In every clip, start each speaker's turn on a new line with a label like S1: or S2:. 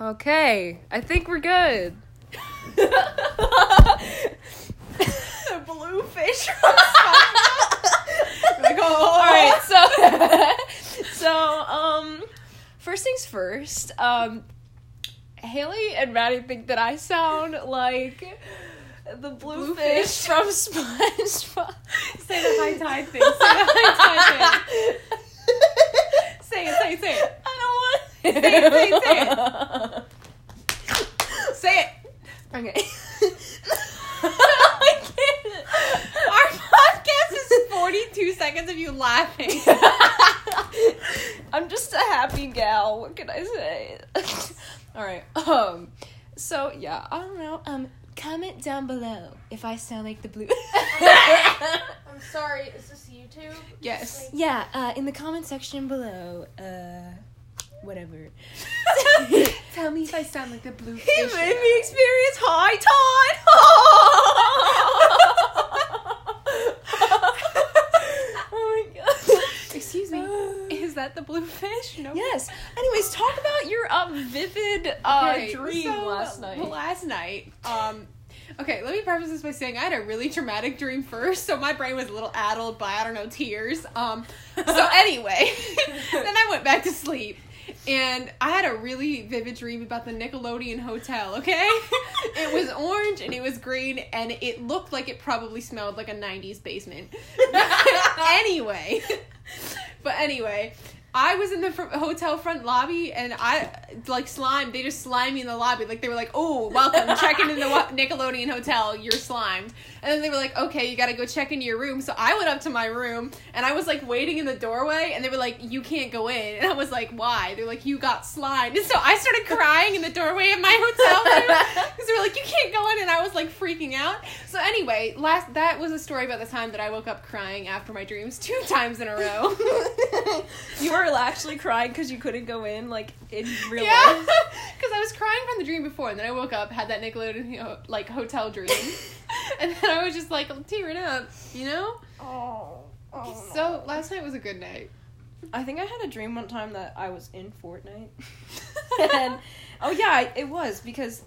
S1: Okay, I think we're good.
S2: the blue fish. like,
S1: All right, so so um, first things first. Um, Haley and Maddie think that I sound like
S2: the blue,
S1: blue
S2: fish.
S1: fish from SpongeBob.
S2: Say the high tide thing. Say the high tide thing. say it. Say it. Say it.
S1: I don't want.
S2: Say it, say it, say it. Say it.
S1: Okay.
S2: I can't. Our podcast is 42 seconds of you laughing.
S1: I'm just a happy gal. What can I say? All right. Um. So yeah, I don't know. Um. Comment down below if I sound like the blue.
S3: I'm sorry, is this YouTube?
S2: Yes.
S1: yeah. Uh. In the comment section below. Uh. Whatever.
S2: Tell me if I sound like the blue fish.
S1: He made me experience high tide. oh my god.
S2: Excuse me. Is that the blue fish? No.
S1: Yes. Anyways, talk about your um, vivid uh,
S2: Okay,
S1: dream
S2: so,
S1: last night.
S2: Last night. Um, okay, let me preface this by saying I had a really traumatic dream first, so my brain was a little addled by I don't know tears. Um, so anyway, then I went back to sleep. And I had a really vivid dream about the Nickelodeon Hotel, okay? it was orange and it was green and it looked like it probably smelled like a 90s basement. anyway, but anyway, I was in the fr- hotel front lobby and I like slime. They just slimed me in the lobby. Like they were like, "Oh, welcome, check in in the wa- Nickelodeon hotel. You're slimed." And then they were like, "Okay, you gotta go check into your room." So I went up to my room and I was like waiting in the doorway, and they were like, "You can't go in." And I was like, "Why?" They're like, "You got slimed." And so I started crying in the doorway of my hotel room because they were like, "You can't go in," and I was like freaking out. So anyway, last that was a story about the time that I woke up crying after my dreams two times in a row.
S1: you were actually crying because you couldn't go in, like in real
S2: Yeah, because I was crying from the dream before, and then I woke up, had that Nickelodeon you know, like hotel dream, and then I was just like tearing up, you know.
S3: Oh. oh
S2: So last night was a good night.
S1: I think I had a dream one time that I was in Fortnite. and oh yeah, I- it was because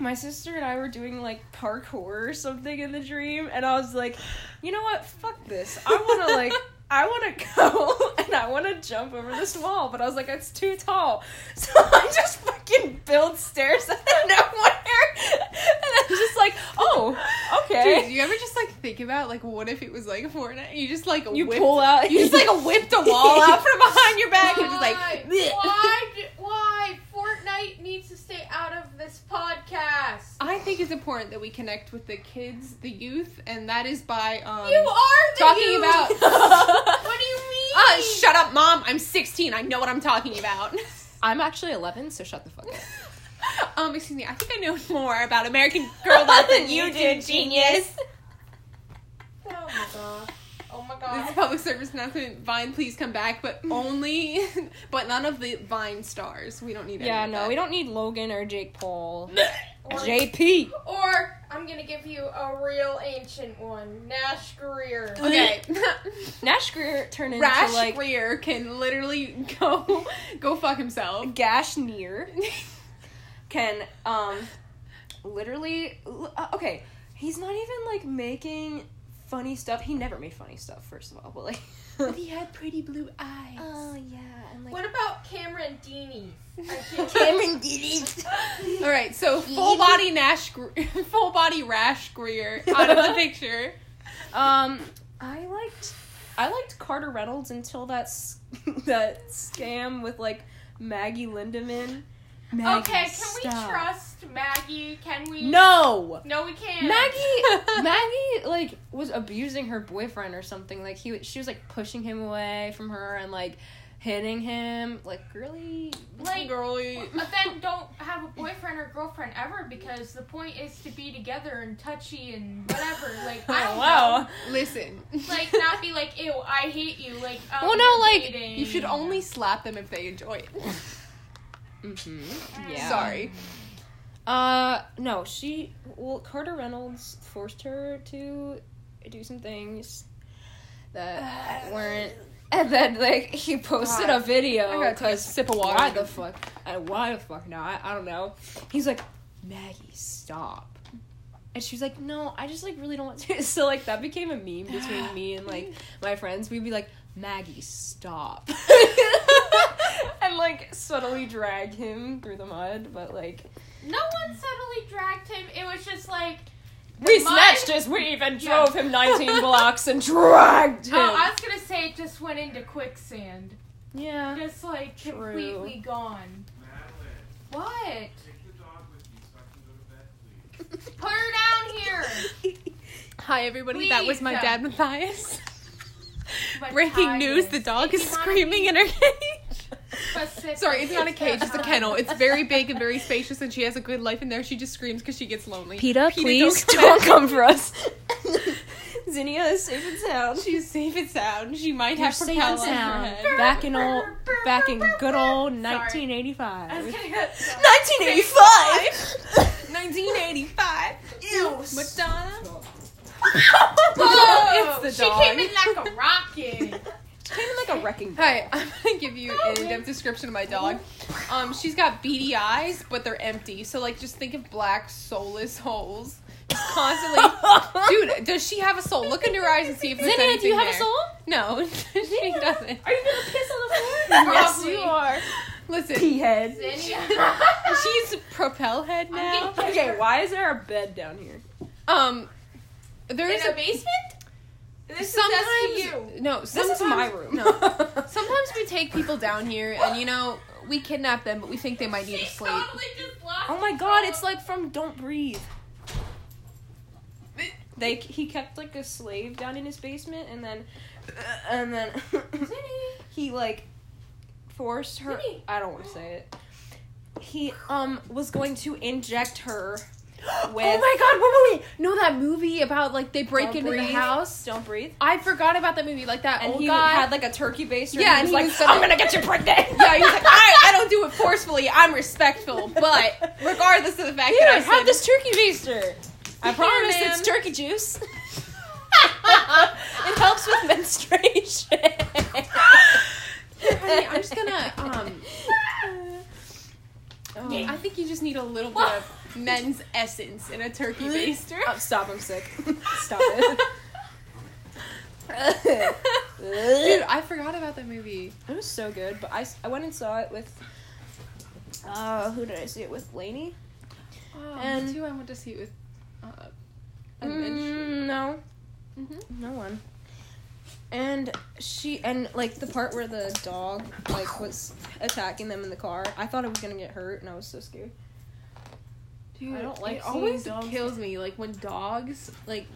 S1: my sister and I were doing like parkour or something in the dream, and I was like, you know what? Fuck this. I want to like. I want to go and I want to jump over this wall, but I was like, it's too tall. So I just fucking built stairs out of nowhere. And I'm just like, oh, okay.
S2: Dude, do you ever just like think about like what if it was like Fortnite? You just like
S1: you
S2: whipped-
S1: pull out.
S2: you just like whipped a wall out from behind your
S3: Why?
S2: back and just like
S3: why? d- Why? Fortnite needs to stay out of this podcast.
S2: I think it's important that we connect with the kids, the youth, and that is by um
S3: you are the
S2: talking
S3: youth.
S2: about.
S3: What do you mean?
S1: Uh,
S2: Ah, shut up, mom! I'm 16. I know what I'm talking about.
S1: I'm actually 11, so shut the fuck up.
S2: um, excuse me. I think I know more about American Girl Dolls than you do, genius.
S3: Oh my god. Oh my
S2: This is
S3: god.
S2: a public service announcement. Vine, please come back, but only, but none of the Vine stars. We don't need.
S1: Yeah, no, we
S2: any
S1: don't need Logan or Jake Paul.
S3: Or,
S1: JP.
S3: or I'm gonna give you a real ancient one, Nash Greer.
S2: of that. Okay.
S1: Nash Greer turned into
S2: Rash
S1: like
S2: Greer can literally go, go fuck himself.
S1: Gash Near. Can um literally l- uh, okay, he's not even like making funny stuff. He never made funny stuff first of all, but like
S2: he had pretty blue eyes.
S1: yeah, and
S3: What about Cameron Deaney? Oh, I can't-
S1: Cameron did it.
S2: All right, so full body Nash, Gre- full body Rash Greer out of the picture.
S1: Um I liked I liked Carter Reynolds until that s- that scam with like Maggie Lindemann. Maggie,
S3: Okay, can
S1: stop.
S3: we trust Maggie? Can we?
S1: No.
S3: No, we can't.
S1: Maggie, Maggie, like was abusing her boyfriend or something. Like he, she was like pushing him away from her and like hitting him. Like really,
S3: Like,
S2: Girly.
S3: but then don't have a boyfriend or girlfriend ever because the point is to be together and touchy and whatever. Like, I
S4: Oh,
S3: don't know.
S2: Listen,
S3: Like, not be like, ew, I hate you. Like, um,
S1: Well, no,
S3: we're
S1: like,
S3: dating.
S2: you should only slap them if they enjoy it.
S1: hmm Yeah.
S2: Sorry.
S1: Uh, no, she. Well, Carter Reynolds forced her to do some things that weren't And then like he posted
S2: God.
S1: a video.
S2: I gotta take a
S1: because
S2: sip of water.
S1: Why the fuck? And why the fuck not? I don't know. He's like, Maggie, stop. And she was like, No, I just like really don't want to. So like that became a meme between me and like my friends. We'd be like, Maggie, stop. and like subtly drag him through the mud, but like
S3: No one subtly dragged him. It was just like,
S1: we
S3: mud-
S1: snatched his weave and
S3: Yeah.
S1: drove him 19 blocks and dragged him.
S3: oh, I was gonna say it just went into quicksand.
S1: yeah.
S3: Just like
S1: True.
S3: completely gone.
S5: Madeline,
S3: What?
S5: take the dog with you so I can go to bed, please.
S3: Put her down here.
S2: Hi, everybody. that was my
S3: Please,
S2: dad, Matthias.
S3: Matthias.
S2: Breaking news: the dog is
S3: If you wanna
S2: screaming in her cage.
S3: Specific
S2: Sorry, it's not a cage; it's a
S3: time.
S2: kennel. It's very big and very spacious, and she has a good life in there. She just screams because she gets lonely.
S1: PETA,
S2: PETA,
S1: please
S2: don't
S1: don't,
S2: come
S1: come
S2: back.
S1: for us. Zinnia is safe and sound.
S2: She's safe and sound. She might
S1: You're
S2: have
S1: safe and
S2: propellers in her
S1: sound.
S2: head.
S1: Back in old, back in good old 1985.
S3: I was gonna go.
S1: 1985.
S2: 1985. Madonna.
S3: Whoa!
S2: It's the
S3: Oh, she
S2: dog.
S3: came in like a rocket.
S1: Came in like a wrecking ball.
S2: Hi, I'm gonna give you an in-depth description of my dog. Um, she's got beady eyes, but they're empty. So like, just think of black soulless holes. Just constantly. Dude, does she have a soul? Look into her eyes and see if there's
S1: Zinnia,
S2: anything
S1: do you have a
S2: there.
S1: soul?
S2: No, she doesn't.
S1: Are you gonna piss on
S3: floor?
S1: yes,
S3: Probably.
S1: you are.
S2: Listen,
S1: Pea head.
S3: Zinnia.
S2: she's propel head now.
S3: getting-
S1: Okay, why is there a bed down here?
S2: Um, there
S3: in
S2: is
S3: a
S2: a
S3: basement. This
S2: sometimes
S3: is SVU.
S2: no. Sometimes,
S1: This is my room.
S2: No, sometimes we take people down here, and you know we kidnap them, but we think they might need
S3: She
S2: to sleep.
S3: totally just lost.
S1: Oh my god, it's like from Don't Breathe. They he kept like a slave down in his basement, and then and then he like forced her.
S3: Zinni.
S1: I don't want to say it. He um was going to inject her with.
S2: oh my god, what movie? No, that movie about like they break
S1: Don't
S2: into the
S1: breathe.
S2: house.
S1: Don't breathe.
S2: I forgot about that movie. Like that
S1: And
S2: old
S1: he
S2: guy.
S1: had like a turkey baster.
S2: Yeah,
S1: and he
S2: and
S1: was
S2: he was
S1: like,
S2: sitting-
S1: "I'm gonna get you pregnant."
S2: yeah, he was like, I, I don't do it forcefully. I'm respectful, but regardless of the fact
S1: Here,
S2: that I
S1: have
S2: said-
S1: this turkey baster. I
S2: Here,
S1: promise
S2: ma'am.
S1: it's turkey juice. it helps with menstruation.
S2: Honey, I'm just gonna. Um,
S1: Oh,
S2: I think you just need a little bit of men's essence in a turkey baster.
S1: Oh, stop, I'm sick. Stop it. it
S2: Dude, I forgot about that movie.
S1: was so good, but I, s- I went and saw it with. Uh, who did I see it with? Lainey?
S2: Oh,
S1: And-
S2: and too, I went to see it with. Uh,
S1: Mm, no.
S2: mm-hmm.
S1: No one. And she and like the part where the dog like was attacking them in the car, I thought it was gonna get hurt, and I was so scared.
S2: Dude,
S1: I don't like
S2: it
S1: seeing
S2: always
S1: dogs.
S2: kills me like when dogs like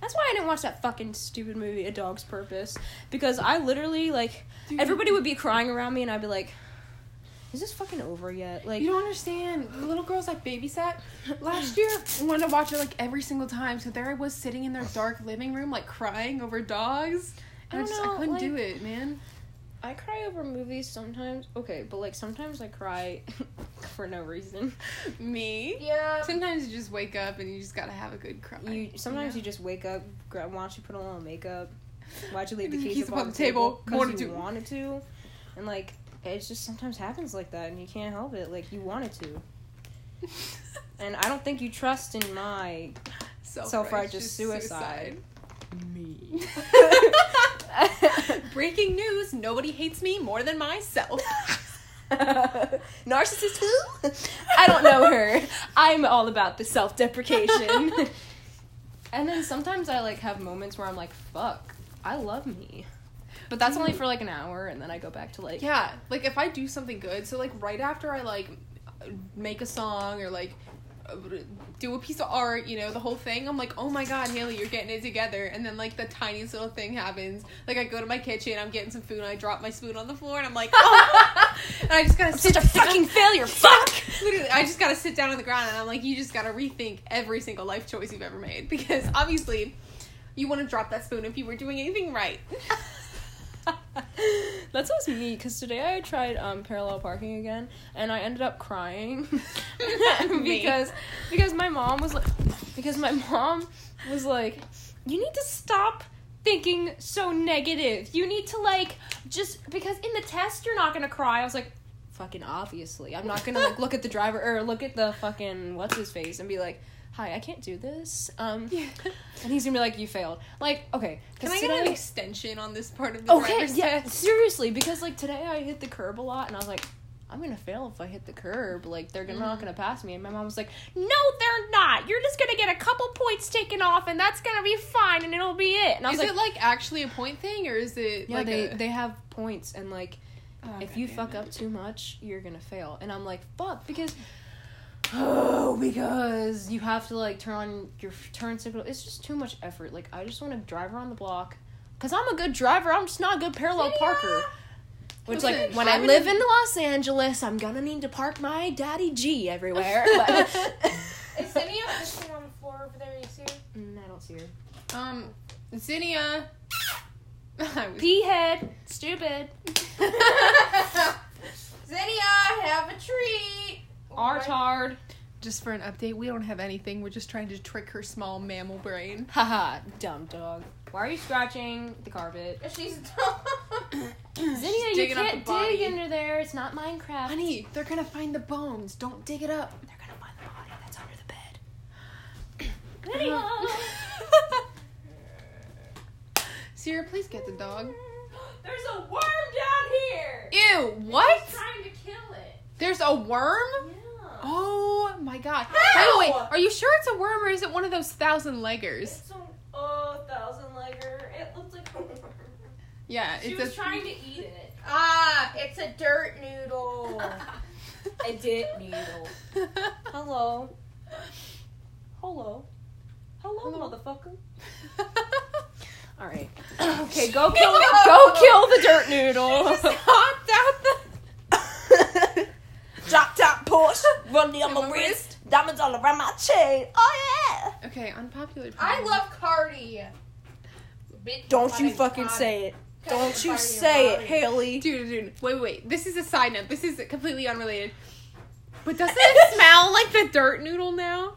S1: That's why I didn't watch that fucking stupid movie, A Dog's Purpose, because I literally like
S2: Dude.
S1: everybody would be crying around me, and I'd be like, "Is this fucking over yet?" Like,
S2: You don't understand. The little girls I babysat last year wanted to watch it like every single time. So there I was sitting in their dark living room, like crying over dogs.
S1: I
S2: And I,
S1: don't
S2: just
S1: know,
S2: I couldn't
S1: like-
S2: do it, man.
S1: I cry over movies sometimes. Okay, but like sometimes I cry for no reason.
S2: Me.
S3: Yeah.
S2: Sometimes you just wake up and you just gotta have a good cry.
S1: You sometimes
S2: know?
S1: you just wake up. gra- Why don't you put on a little makeup? Why'd you leave the
S2: Leave the
S1: keys,
S2: keys
S1: up on the table?
S2: Wanted
S1: Because you
S2: to.
S1: wanted to, and like it just sometimes happens like that, and you can't help it. Like you wanted to, and I don't think you trust in my Self-righteous suicide. me.
S2: suicide. Breaking news: Nobody hates me more than myself.
S1: Narcissist who? I don't know her. I'm all about the self-deprecation. and then sometimes I like have moments where I'm like, fuck, I love me. But that's only for like an hour and then I go back to like
S2: Yeah, like if I do something good, so like right after I like make a song or like do a piece of art, you know, the whole thing, I'm like, oh my god, Haley, you're getting it together. And then like the tiniest little thing happens. Like I go to my kitchen, I'm getting some food, and I drop my spoon on the floor, and I'm like, oh. and I just gotta
S1: I'm
S2: sit
S1: such a fucking failure. Fuck.
S2: Literally, I just gotta sit down on the ground and I'm like, you just gotta rethink every single life choice you've ever made because obviously, you want to drop that spoon if you were doing anything right.
S1: That's what's me because today I tried um, parallel parking again and I ended up crying
S2: Me.
S1: because because my mom was like because my mom was like you need to stop thinking so negative? You need to like just because in the test you're not gonna cry. I was like, fucking obviously, I'm not gonna like look at the driver or look at the fucking what's his face and be like, hi, I can't do this. Um, and he's gonna be like, you failed. Like, okay,
S2: Can I get an extension on this part of the
S1: Okay,
S2: driver's
S1: yeah,
S2: test?
S1: seriously, because like today I hit the curb a lot, and I was like, I'm gonna fail if I hit the curb. Like they're gonna,
S2: Mm.
S1: not gonna pass me. And my mom was like, No, they're not. You're just gonna get a couple points taken off, and that's gonna be fine, and it'll be it. And I was
S2: Is
S1: like,
S2: it like actually a point thing or is it
S1: Yeah,
S2: like
S1: they
S2: a-
S1: they have points, and like
S2: Oh,
S1: if you
S2: goddamn
S1: fuck
S2: it.
S1: up too much, you're gonna fail. And I'm like, fuck, because. Oh, because you have to like turn on your f- turn signal. It's just too much effort. Like I just want to drive around the block, cause I'm a good driver. I'm just not a good parallel
S2: Yeah.
S1: parker. Which like
S2: Listen,
S1: when
S2: I
S1: I
S2: would
S1: live
S2: have-
S1: in Los Angeles, I'm gonna need to park my daddy G everywhere. But...
S4: Is Zinnia fishing on the floor over there? You see her?
S1: Mm, I don't see her.
S2: Um, Zinnia. I was-
S1: Pea head, stupid.
S4: Zinnia, have a treat.
S1: Artard.
S2: just for an update, we don't have anything. We're just trying to trick her small mammal brain.
S1: Haha, dumb dog. Why are you scratching the carpet?
S4: She's
S1: Zinnia, you
S2: digging up
S1: can't
S2: the body.
S1: dig under there. It's not Minecraft.
S2: Honey, they're gonna find the bones. Don't dig it up.
S1: They're gonna find the body that's under the bed.
S2: Sierra, please get the dog.
S4: There's a worm down here.
S2: Ew, what?
S4: Trying to kill it.
S2: There's a worm?
S4: Yeah.
S2: Oh my god.
S4: How?
S2: Wait, wait, wait. Are you sure it's a worm or is it one of those thousand leggers?
S4: It's a oh, thousand legger. It looks like a worm.
S2: Yeah,
S4: She
S2: it's
S4: was
S2: a
S4: trying to eat it. Ah, it's a dirt noodle. a dit noodle. Hello. Hello. Hello, motherfucker.
S1: All right. Okay, go kill the, go kill the dirt noodle.
S2: Hopped out the
S1: Drop top push, run down
S2: my wrist.
S1: diamonds all around my chain. Oh yeah.
S2: Okay, unpopular.
S4: I
S2: opinion.
S4: love Cardi. Bitch,
S1: Don't you
S4: somebody's
S1: fucking
S4: body.
S1: say it.
S4: Cut
S1: Don't you
S4: body
S1: say it,
S4: body.
S1: Haley.
S2: Dude, dude, wait, wait. This is a side note. This is completely unrelated. But doesn't it smell like the dirt noodle now?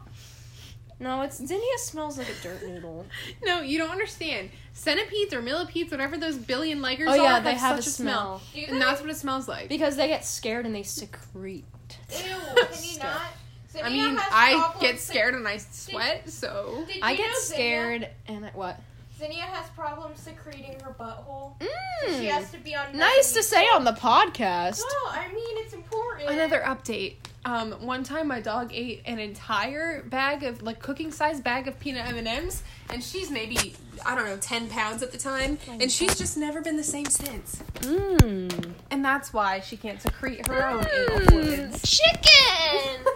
S1: No, it's Zinnia smells like a dirt noodle.
S2: No, you don't understand. Centipedes or millipedes, whatever those billion leggers
S1: Oh
S2: are,
S1: yeah,
S2: have
S1: they have a
S2: such a
S1: smell.
S4: Do you
S2: And
S4: guys-
S2: that's what it smells like.
S1: because they get scared and they secrete.
S4: Ew, can you
S1: Stuff.
S4: not?
S2: I
S4: Zinnia
S2: mean,
S4: has
S2: I
S4: problems
S2: get
S4: with-
S2: scared and I sweat, so.
S4: Did
S1: I
S4: you
S1: get
S4: know Zinnia-
S1: scared and I, what?
S4: Zinnia has problems secreting her butthole.
S1: Mm.
S4: She has to be on.
S1: nice to say on the podcast.
S4: No, I mean it's important.
S2: Another update. Um, one time my dog ate an entire bag of like cooking size bag of peanut M and M's, and she's maybe I don't know ten pounds at the time, and she's just never been the same since.
S1: Mm.
S2: And that's why she can't secrete her own anal fluids.
S1: Mm. Chicken.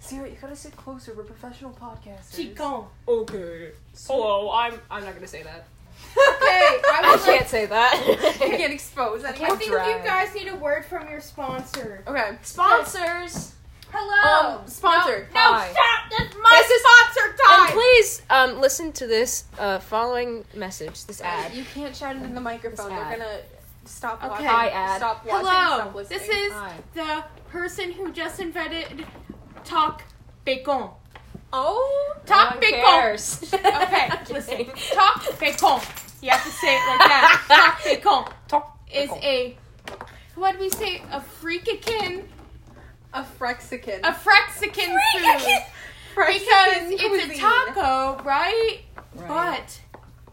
S2: Sarah, you gotta sit closer. We're professional podcasters.
S4: Chico.
S1: okay. Hello, I'm. I'm not gonna say that.
S4: Okay, I would like.
S1: say that.
S2: can't expose
S4: I
S2: anyone.
S4: think
S1: dry.
S4: you guys need a word from your sponsor.
S2: Okay.
S1: Sponsors.
S4: Hello.
S2: Um, sponsor.
S4: No,
S1: Hi.
S4: stop. That's my
S1: This is-
S4: sponsor time.
S1: And please um, listen to this uh, following message. This ad.
S2: You can't shout it in the microphone.
S1: This
S2: They're
S1: ad.
S2: gonna stop
S1: Okay.
S2: watching.
S1: Hi, ad.
S2: Stop watching. Stop
S4: Hello.
S2: listening.
S4: This is
S1: Hi.
S4: the person who just invented talk bacon.
S2: oh.
S4: Talk
S1: Who
S4: bacon.
S1: cares?
S4: Okay, listen. Talk bacon. You have to say it like that. Talk bacon
S1: Talk
S4: is a what do we say? A freakakin,
S2: A Frexican.
S4: a frexican food because it's a taco, right? But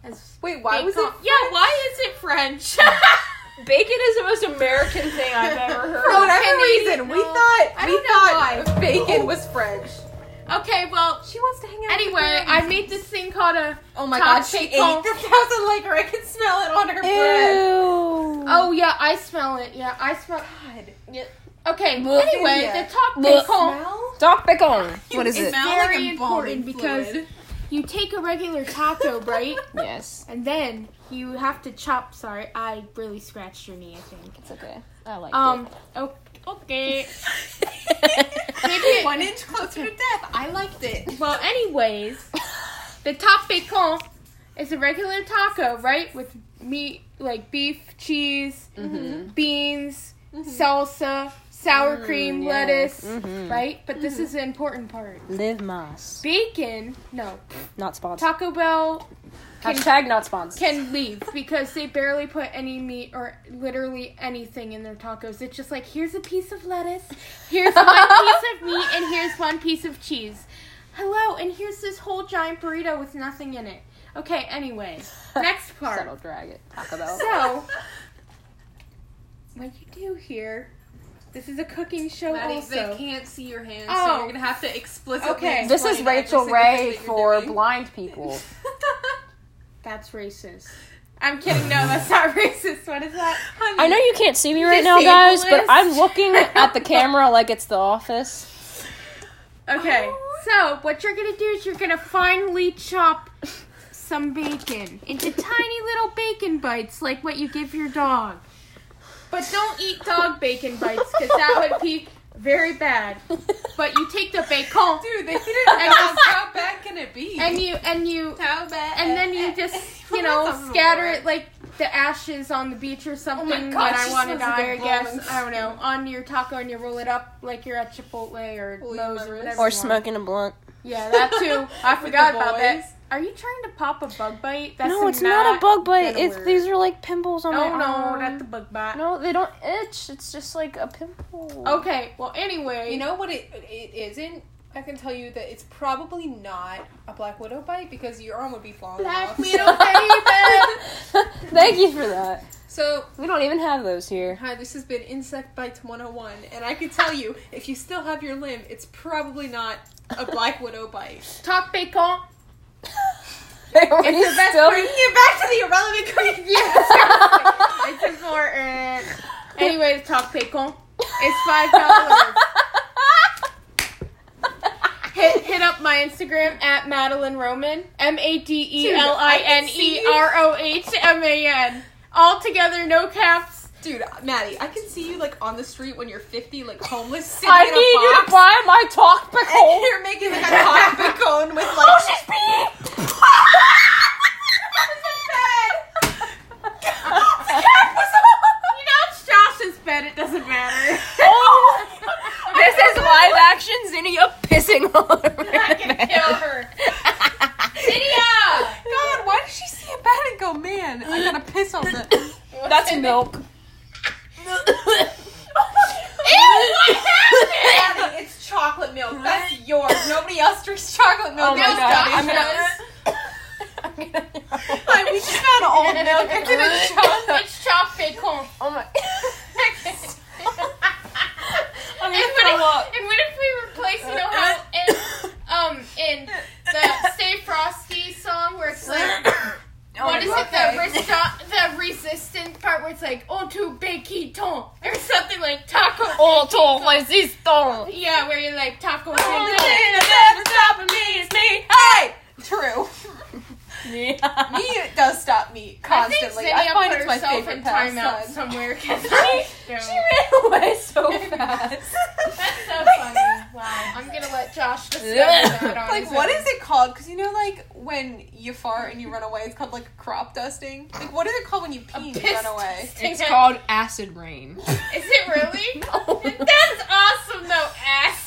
S4: as
S2: Wait, why was
S4: bacon-
S2: it?
S4: Yeah, why is it French?
S1: Bacon is the most American thing I've ever heard.
S2: For whatever
S4: Kenny,
S2: reason, we
S4: no.
S2: thought
S4: I
S2: we
S4: don't know
S2: thought bacon was French.
S4: okay, well,
S2: She wants to hang out. with
S4: anyway,
S2: friends.
S4: I made this thing called a.
S2: Oh my
S4: Todd
S2: god, she ate the
S4: Bacon.
S2: thousand layer. I can smell it on her breath.
S4: Oh yeah, I smell it. Yeah, I smell.
S2: God.
S4: Okay,
S1: Blech.
S4: anyway,
S2: Yeah.
S4: the talk
S1: Blech.
S4: bacon.
S2: Smell?
S1: Talk bacon. What is
S2: You
S1: it?
S2: smell
S4: Very
S2: a embalming
S4: important because-
S2: fluid.
S4: You take a regular taco, right?
S1: Yes.
S4: And then you have to chop. Sorry, I really scratched your knee. I think.
S1: It's okay. I like
S4: Um. o- Okay.
S2: one inch closer to death. I liked it.
S4: Well, anyways, the top bacon is a regular taco, right? With meat like beef, cheese, beans, salsa, sour cream,
S1: yeah.
S4: lettuce,
S1: Mhm.
S4: right? But this is the important part.
S1: Live Moss.
S4: Bacon, no.
S1: Not sponsored.
S4: Taco Bell
S1: Hashtag not sponsored.
S4: can leave because they barely put any meat or literally anything in their tacos. It's just like here's a piece of lettuce, here's one piece of meat, and here's one piece of cheese. Hello, and here's this whole giant burrito with nothing in it. Okay, anyway, next part.
S1: Subtle drag it. Taco Bell.
S4: So, what you do here? This is a cooking show,
S2: Maddie,
S4: also.
S2: they can't see your hands,
S4: Oh.
S2: so you're gonna have to explicitly.
S4: Okay.
S2: explain
S1: this is
S2: every
S1: Rachel
S2: single thing
S1: Ray
S2: that you're
S1: for
S2: doing.
S1: blind people.
S4: That's racist. I'm kidding. No, that's not racist. What is that?
S2: Honey,
S1: I know you can't see me right now,
S4: Disable
S1: guys, but
S4: list.
S1: I'm looking at the camera like it's The Office.
S4: Okay. So what you're gonna do is you're gonna finely chop some bacon into tiny little bacon bites, like what you give your dog. But don't eat dog bacon bites, because that would be very bad. But you take the bacon
S2: dude, they didn't. ask how bad can it be?
S4: and you and you
S2: how bad?
S4: and then you just
S2: Oh,
S4: you know scatter it like the ashes on the beach or something
S2: my God,
S4: when I
S2: she
S4: want to
S2: smells like
S4: die.
S2: a
S4: I guess
S2: blunt.
S4: I don't know on your taco and you roll it up like you're at Chipotle or
S2: Will you
S4: Lowe's
S2: my
S4: or
S2: wrist?
S4: whatever.
S1: Or
S4: you want.
S1: smoking a blunt.
S4: Yeah, that too. I
S2: With the
S4: forgot about
S2: boys.
S4: that. Are you trying to pop a bug bite? That's
S1: no, it's not a bug bite.
S4: gonna
S1: It's
S4: work.
S1: these are like pimples on
S4: No,
S1: my
S4: no,
S1: arm.
S4: not the Oh. bug bite.
S1: No, they don't itch. It's just like a pimple.
S4: Okay, well, anyway,
S2: You know what it it isn't. I can tell you that it's probably not a black widow bite because your arm would be falling
S4: Black
S2: off.
S4: Widow baby.
S1: Thank you for that.
S2: So
S1: We don't even have those here.
S2: Hi, this has been Insect Bites 101, and I can tell you, if you still have your limb, it's probably not a Black Widow bite.
S4: Top bacon.
S1: They already
S4: It's the best
S1: still-
S4: part.
S2: Get back to the irrelevant queen!
S4: It's important. Anyways, top bacon. It's five dollars. Hit, hit up my Instagram at Madeline Roman. M A D E L I N E R O H M A N. All together, no caps.
S2: Dude, Maddie, I can see you, like, on the street when you're 50, like, homeless, sitting
S1: I
S2: in a
S1: need you to
S2: box.
S1: buy my talk
S2: and
S1: pickle.
S2: you're making, like, a coffee cone with, like...
S1: Oh, she's peeing.
S4: You know, it's Josh's bed. It doesn't matter.
S1: Oh, this is live action Zinnia pissing on her.
S4: I can kill her. Lydia!
S2: God, why did she see a bat and go, man, I gotta piss on the...
S1: That's milk.
S2: Maddie, it's chocolate milk. That's yours. Nobody else drinks chocolate milk.
S1: Oh my
S2: That was
S1: God,
S2: Donnie's
S1: I'm gonna-
S2: choice.
S1: I'm gonna-
S2: Like, we just found old milk. It's in a chocolate.
S4: It's chopped bacon.
S1: Oh my.
S4: and,
S1: I'm
S4: what
S1: gonna throw up.
S4: if, and what if we replace, you know how in um in the Stay Frosty song where it's like what is
S2: okay.
S4: it the resto- the resistance part where it's like oh tu bequiton or something like taco
S1: Oh, to resistance.
S4: yeah where you're like taco
S2: Only
S4: oh,
S2: thing that's ever stopping me is me. Hey! True.
S1: Yeah.
S2: Me it does stop me
S4: I think
S2: constantly.
S4: Zinnia
S2: I, find
S4: put
S2: it's my
S4: herself in
S2: favorite
S4: timeout
S2: pastime.
S4: somewhere because
S1: She ran away so fast.
S4: That's so funny. Wow. I'm gonna let Josh discover that on
S2: Like
S4: his
S2: what
S4: own.
S2: is it called? Because you know, like when you fart and you run away, it's called like crop dusting. Like what is it called when you pee and you
S4: piss
S2: run away?
S1: It's called acid rain.
S4: Is it really?
S1: Oh.
S4: That's awesome though, ass.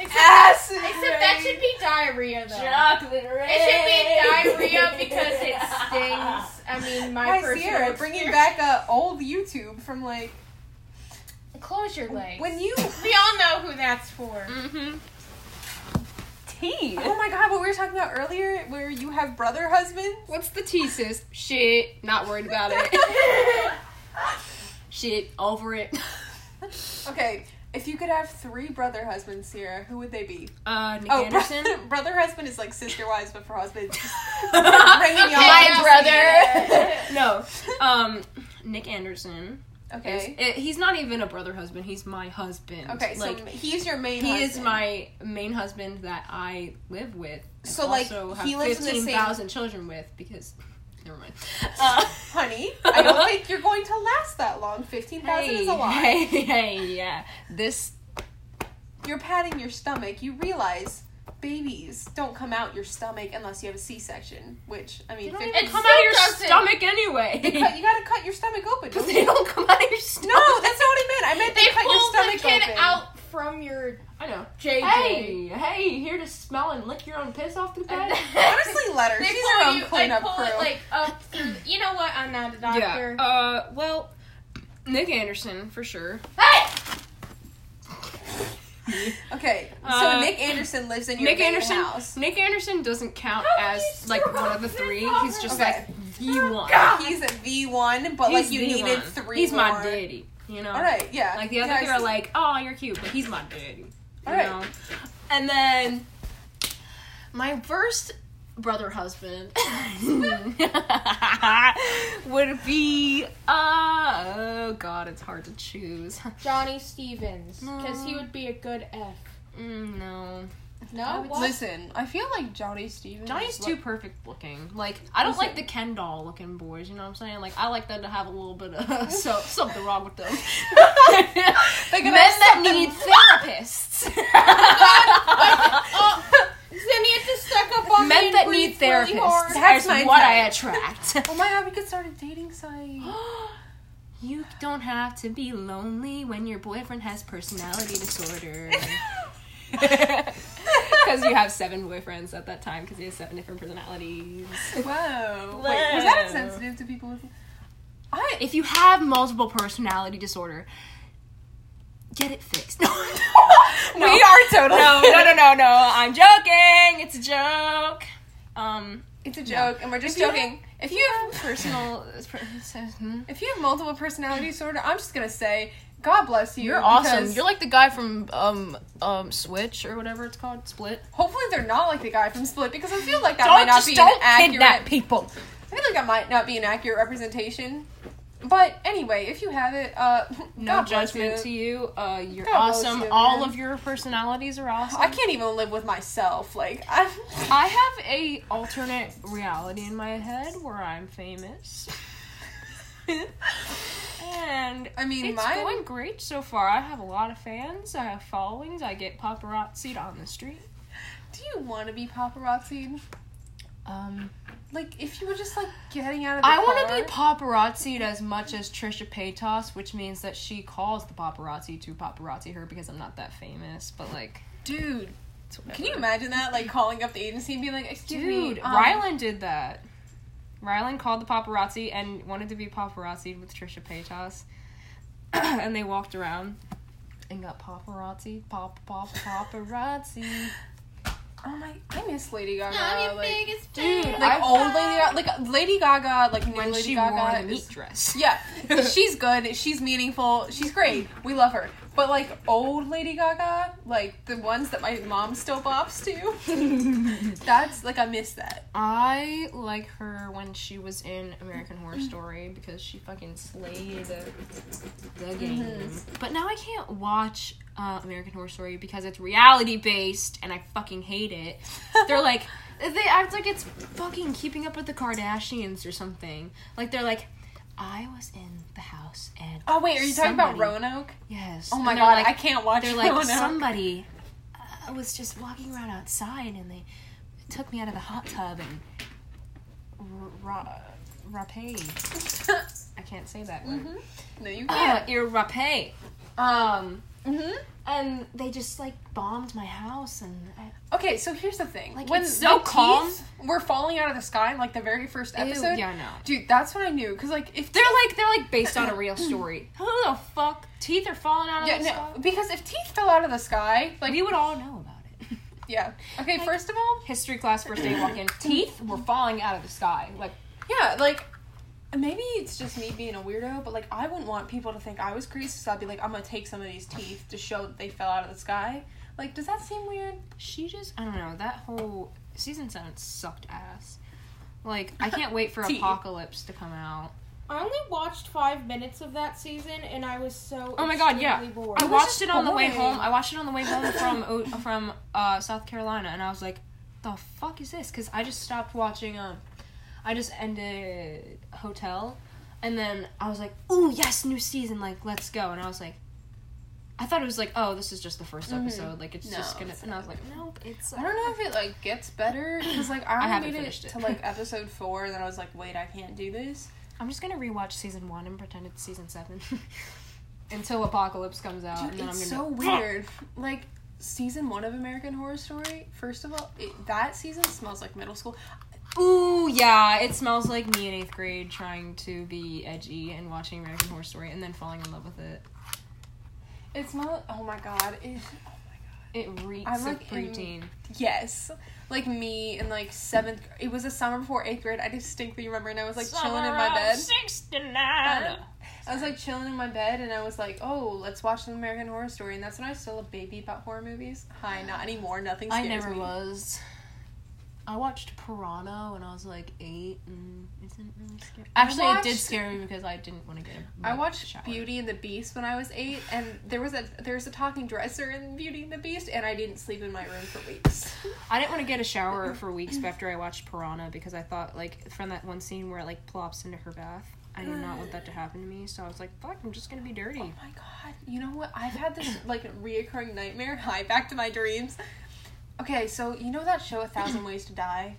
S4: Except,
S2: Ass.
S4: except that should be diarrhea though.
S1: Chocolate rain.
S4: It should be diarrhea because it stings. I mean, my
S2: Hi,
S4: personal
S2: Sierra, bringing back uh, old YouTube from like
S4: Close your legs.
S2: when you.
S4: we all know who that's for.
S1: Mm. Tea.
S2: Oh my god, what we were talking about earlier, where you have brother husbands.
S1: What's the tea, sis? Shit. Not worried about it. Shit. Over it.
S2: Okay, if you could have three brother husbands, Sierra, who would they be?
S1: Uh, Nick
S2: Oh, bro-
S1: Anderson.
S2: brother husband is like sister wives, but for husband,
S1: Bringing
S2: bringing y'all
S1: my
S2: up.
S1: brother. no. Um, Nick Anderson. is-
S2: Okay.
S1: it- he's not even a brother husband. He's my husband.
S2: Okay, so
S1: Like,
S2: he's your main.
S1: he is
S2: husband.
S1: my main husband that I live with. and
S2: So, like,
S1: also
S2: he
S1: have
S2: lives in the same-
S1: fifteen thousand children with because. Never mind. Uh,
S2: honey. I don't think you're going to last that long. Fifteen thousand
S1: hey,
S2: is a lot.
S1: hey, hey, yeah. This
S2: You're patting your stomach. You realize babies don't come out your stomach unless you have a C-section, which I mean,
S1: they don't
S2: 15
S1: even come
S4: still
S1: out of your
S4: doesn't.
S1: stomach anyway.
S2: Cut- you gotta cut your stomach open.
S1: But
S2: don't
S1: they
S2: you?
S1: don't come out of your stomach.
S2: No, that's not what I meant. I meant they,
S4: They
S2: cut your
S4: pulled the
S2: stomach
S4: kid
S3: from your
S6: I know.
S3: JJ.
S6: Hey, hey, here to smell and lick your own piss off the bed.
S2: Honestly, let her.
S3: They
S2: She's
S3: pull
S2: her own
S3: you-
S2: cleanup
S3: they pull
S2: crew. Oh.
S3: It, like up through. The, you know what? I'm not a doctor.
S1: Yeah. Uh, well, Nick Anderson for sure.
S3: Hey,
S2: okay, so
S1: Uh,
S2: Nick Anderson lives in your
S1: Nick
S2: main
S1: Anderson.
S2: house.
S1: Nick Anderson doesn't count
S3: How
S1: as
S3: can you
S1: like
S3: throw
S1: one of the
S3: this
S1: three.
S3: off
S1: He's just
S2: Okay.
S1: like the one.
S2: He's a V one, but like
S1: He's
S2: you
S1: the
S2: needed
S1: one.
S2: three.
S1: He's
S2: more.
S1: my daddy. You know.
S2: All right, yeah.
S1: Like the other
S2: yeah,
S1: two
S2: I
S1: are
S2: see.
S1: like, oh, you're cute, but he's my daddy. You
S2: All right.
S1: know? And then my first brother husband would be uh, oh god, it's hard to choose.
S3: Johnny Stevens, because he would be a good F.
S1: Mm, no,
S2: no.
S3: what?
S2: Listen, I feel like Johnny Stevens.
S1: Johnny's
S2: is
S1: too
S2: like-
S1: perfect looking. Like I don't like
S2: Listen.
S1: the Ken doll looking boys. You know what I'm saying? Like I like them to have a little bit of so, something wrong with them.
S2: They
S1: Men
S2: gotta have
S1: that
S2: something-
S1: need therapists.
S3: Zenyatta stuck up on me
S1: Men
S3: and
S1: that
S3: breathed
S1: need therapists.
S3: Really hard.
S1: That's
S2: That's my
S1: what
S2: type.
S1: I attract.
S2: Oh my god, we could start a dating site.
S1: you don't have to be lonely when your boyfriend has personality disorder. Because you have seven boyfriends at that time, because he has seven different personalities.
S2: Whoa. Wait, was that
S1: Whoa.
S2: insensitive to people? With-
S1: If you have multiple personality disorder, get it fixed. No, no.
S2: We are totally.
S1: no, no, no, no, no. I'm joking. It's a joke. Um,
S2: It's a joke, and we're just
S1: If you
S2: joking. if you have
S1: personal.
S2: if you have multiple personality disorder, I'm just gonna say, God bless you.
S1: You're awesome.
S2: because
S1: You're like the guy from um um Switch or whatever it's called, Split.
S2: hopefully they're not like the guy from Split because I feel like that might not be an accurate.
S1: people.
S2: I feel like that might not be an accurate representation. But anyway, if you have it, uh,
S1: No
S2: God bless
S1: judgment
S2: you.
S1: to you. Uh, you're
S2: God bless
S1: awesome.
S2: you,
S1: All
S2: man.
S1: of your personalities are awesome.
S2: I can't even live with myself. Like I'm.
S1: I have a alternate reality in my head where I'm famous. and
S2: I mean,
S1: it's
S2: mine-
S1: going great so far. I have a lot of fans. I have followings. I get paparazzi on the street.
S2: Do you want to be paparazzi?
S1: Um,
S2: Like if you were just like getting out of. The
S1: I
S2: want to
S1: be paparazzied as much as Trisha Paytas, which means that she calls the paparazzi to paparazzi her because I'm not that famous. But like,
S2: dude. Can you imagine that? Like calling up the agency and being like, "Excuse me,
S1: dude,
S2: um,
S1: Rylan did that. Rylan called the paparazzi and wanted to be paparazzied with Trisha Paytas, and they walked around and got paparazzi, pop, pop, paparazzi.
S2: Oh my! I miss Lady Gaga.
S3: I'm your
S2: like,
S3: biggest
S1: Dude,
S3: fan.
S2: like
S1: I've-
S2: old Lady Gaga, like Lady Gaga, like new
S1: when
S2: Lady
S1: she wore
S2: Gaga.
S1: the meat
S2: is-
S1: dress.
S2: yeah, she's good. She's meaningful. She's great. We love her. But like old Lady Gaga, like the ones that my mom still bops to. that's like I miss that.
S1: I like her when she was in American Horror Story because she fucking slayed the, the game.
S2: Mm-hmm.
S1: But now I can't watch uh, American Horror Story because it's reality based and I fucking hate it. They're like, they act like it's fucking keeping up with the Kardashians or something. Like, they're like, I was in the house and.
S2: Oh wait, are you talking about
S1: somebody-
S2: Roanoke?
S1: Yes.
S2: Oh my
S1: And they're
S2: god,
S1: like-
S2: I can't watch
S1: they're like
S2: Roanoke.
S1: somebody uh, was just walking around outside and they took me out of the hot tub and ra- rape. I can't say that word.
S2: Mm-hmm. no, you
S1: Uh,
S2: can't.
S1: ir- rape. Um,
S2: hmm
S1: and they just like bombed my house and I,
S2: Okay, so here's the thing.
S1: Like,
S2: when
S1: it's so
S2: the
S1: calm.
S2: teeth were falling out of the sky in like the very first episode.
S1: yeah, no.
S2: Dude, that's what I knew. Cause like if
S1: They're like they're like based on a real story. Who the fuck? Teeth are falling out of
S2: Yeah,
S1: the sky.
S2: no, because if teeth fell out of the sky, like
S1: We would all know about it.
S2: yeah. Okay, first of all,
S1: History class first day walk in. Teeth were falling out of the sky. Like
S2: yeah, like maybe it's just me being a weirdo, but like I wouldn't want people to think I was crazy, so I'd be like, I'm gonna take some of these teeth to show that they fell out of the sky. Like, does that seem weird?
S1: she just I don't know that whole season seven sucked ass. Like I can't wait for
S2: Tea.
S1: Apocalypse to come out.
S3: I only watched five minutes of that season, and I was so
S1: Oh my god, yeah!
S3: extremely bored.
S1: I
S2: was
S1: watched
S2: just
S1: it on the way
S2: boring.
S1: home. I watched it on the way home from O- from uh, South Carolina, and I was like, "The fuck is this?" Because I just stopped watching. Um, I just ended Hotel, and then I was like, "Ooh, yes, new season! Like, let's go!" And I was like. I thought it was like, oh, this is just the 1st episode. Like, it's
S2: No,
S1: just gonna.
S2: it's
S1: And I was like, nope, it's.
S2: I don't know if it like gets better because like I only
S1: haven't
S2: made it,
S1: finished it.
S2: to like episode four, and then I was like, wait, I can't do this.
S1: I'm just gonna rewatch season one and pretend it's season seven. until Apocalypse comes out.
S2: Dude,
S1: and then
S2: it's
S1: Uh, I'm
S2: so
S1: gonna
S2: weird. Like season one of American Horror Story. First of all, it, that season smells like middle school.
S1: Ooh, yeah. It smells like me in eighth grade trying to be edgy and watching American Horror Story and then falling in love with it.
S2: It smells. Oh my god. It, oh my god.
S1: It reeks
S2: I'm,
S1: of
S2: like, in-
S1: preteen.
S2: Yes. Like me in like seventh. gr- It was a summer before eighth grade. I distinctly remember, and I was like chilling in my bed.
S1: Sixty-nine.
S2: I was like chilling in my bed, and I was like, "Oh, let's watch an American Horror Story." And that's when I was still a baby about horror movies. Hi, not anymore. Nothing. Scares
S1: I never
S2: me.
S1: was. I watched Piranha when I was like eight, and it didn't really scare.
S2: I
S1: Actually, it did
S2: watched-
S1: scare me because I didn't want to get.
S2: I watched
S1: showered.
S2: Beauty and the Beast when I was eight, and there was a there was a talking dresser in Beauty and the Beast, and I didn't sleep in my room for weeks. Oh
S1: I didn't want to get a shower for weeks after I watched Piranha because I thought like from that one scene where it like plops into her bath. I did not want that to happen to me, so I was like, "Fuck, I'm just gonna be dirty."
S2: Oh my god! You know what? I've had this like reoccurring nightmare. Hi, back to my dreams. Okay, so you know that show A Thousand Ways to Die?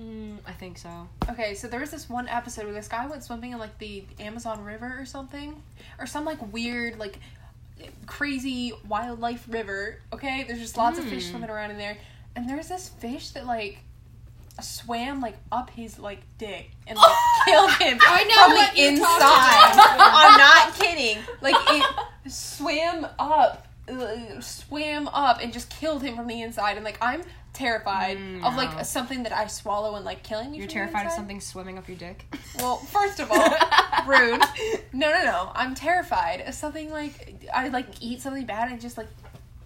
S1: Mm, I think so.
S2: Okay, so there was this one episode where this guy went swimming in like the Amazon River or something, or some like weird like crazy wildlife river. Okay, there's just lots of fish
S1: Hmm.
S2: swimming around in there, and there's this fish that like swam like up his like dick and like killed him
S4: I know
S2: from
S4: what
S2: the
S4: you're talking
S2: inside.
S4: about.
S2: I'm not kidding. Like it swam up, uh, swam up, and just killed him from the inside. And like I'm terrified
S1: Mm,
S2: of
S4: Hmm,
S2: like
S1: no.
S2: something that I swallow and like killing you.
S1: You're
S2: from the
S1: terrified of
S2: inside?
S1: something swimming up your dick.
S2: Well, first of all, rude. No, no, no. I'm terrified. It's something like I like eat something bad and it just like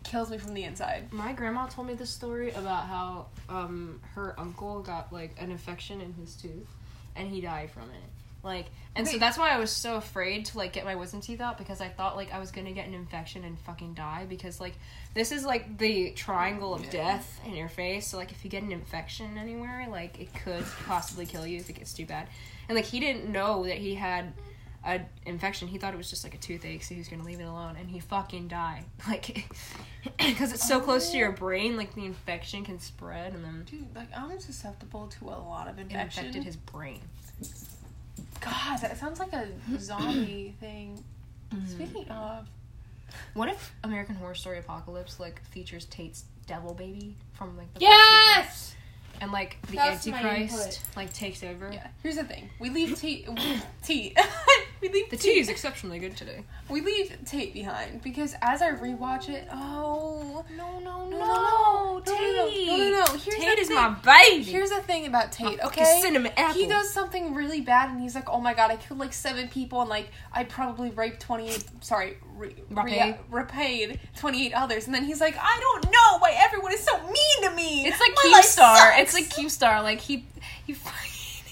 S2: kills me from the inside.
S1: My grandma told me this story about how um, her uncle got like an infection in his tooth, and he died from it. Like, and so
S2: Wait.
S1: that's why I was so afraid to like get my wisdom teeth out because I thought like I was gonna get an infection and fucking die because like this is like the triangle of death in your face. So like if you get an infection anywhere, like it could possibly kill you if it gets too bad. And like he didn't know that he had a infection. He thought it was just like a toothache, so he was gonna leave it alone, and he fucking died. Like, because it's so close to your brain, like the infection can spread, and then
S2: Dude, like I'm susceptible to a lot of
S1: it
S2: infection.
S1: infected his brain.
S2: God, that sounds like a zombie thing.
S1: Mm-hmm.
S2: Speaking of,
S1: What if American Horror Story Apocalypse like features Tate's devil baby from like the first
S4: Yes!
S1: season? and like the
S6: That's my
S1: Antichrist
S6: input.
S1: like takes over.
S2: yeah, here's the thing: we leave Tate, Tate, we leave
S1: The tea
S2: Tate-
S1: is exceptionally good today.
S2: we leave Tate behind because as I rewatch it, oh
S1: No, no,
S2: no, no, no, no, no, no, no. Here's
S1: Tate
S2: the
S1: is
S2: thing.
S1: my baby.
S2: Here's the thing about Tate,
S1: fucking
S2: okay?
S1: cinnamon apple.
S2: He does something really bad, and he's like, "Oh my god, I killed like seven people, and like I probably raped twenty eight. Sorry, re-
S1: Rapay.
S2: re- repaid twenty eight others." And then he's like, "I don't know why everyone is so mean to me.
S1: It's like
S2: My life
S1: Keemstar.
S2: sucks."
S1: It's like Keemstar. Like he, he. He's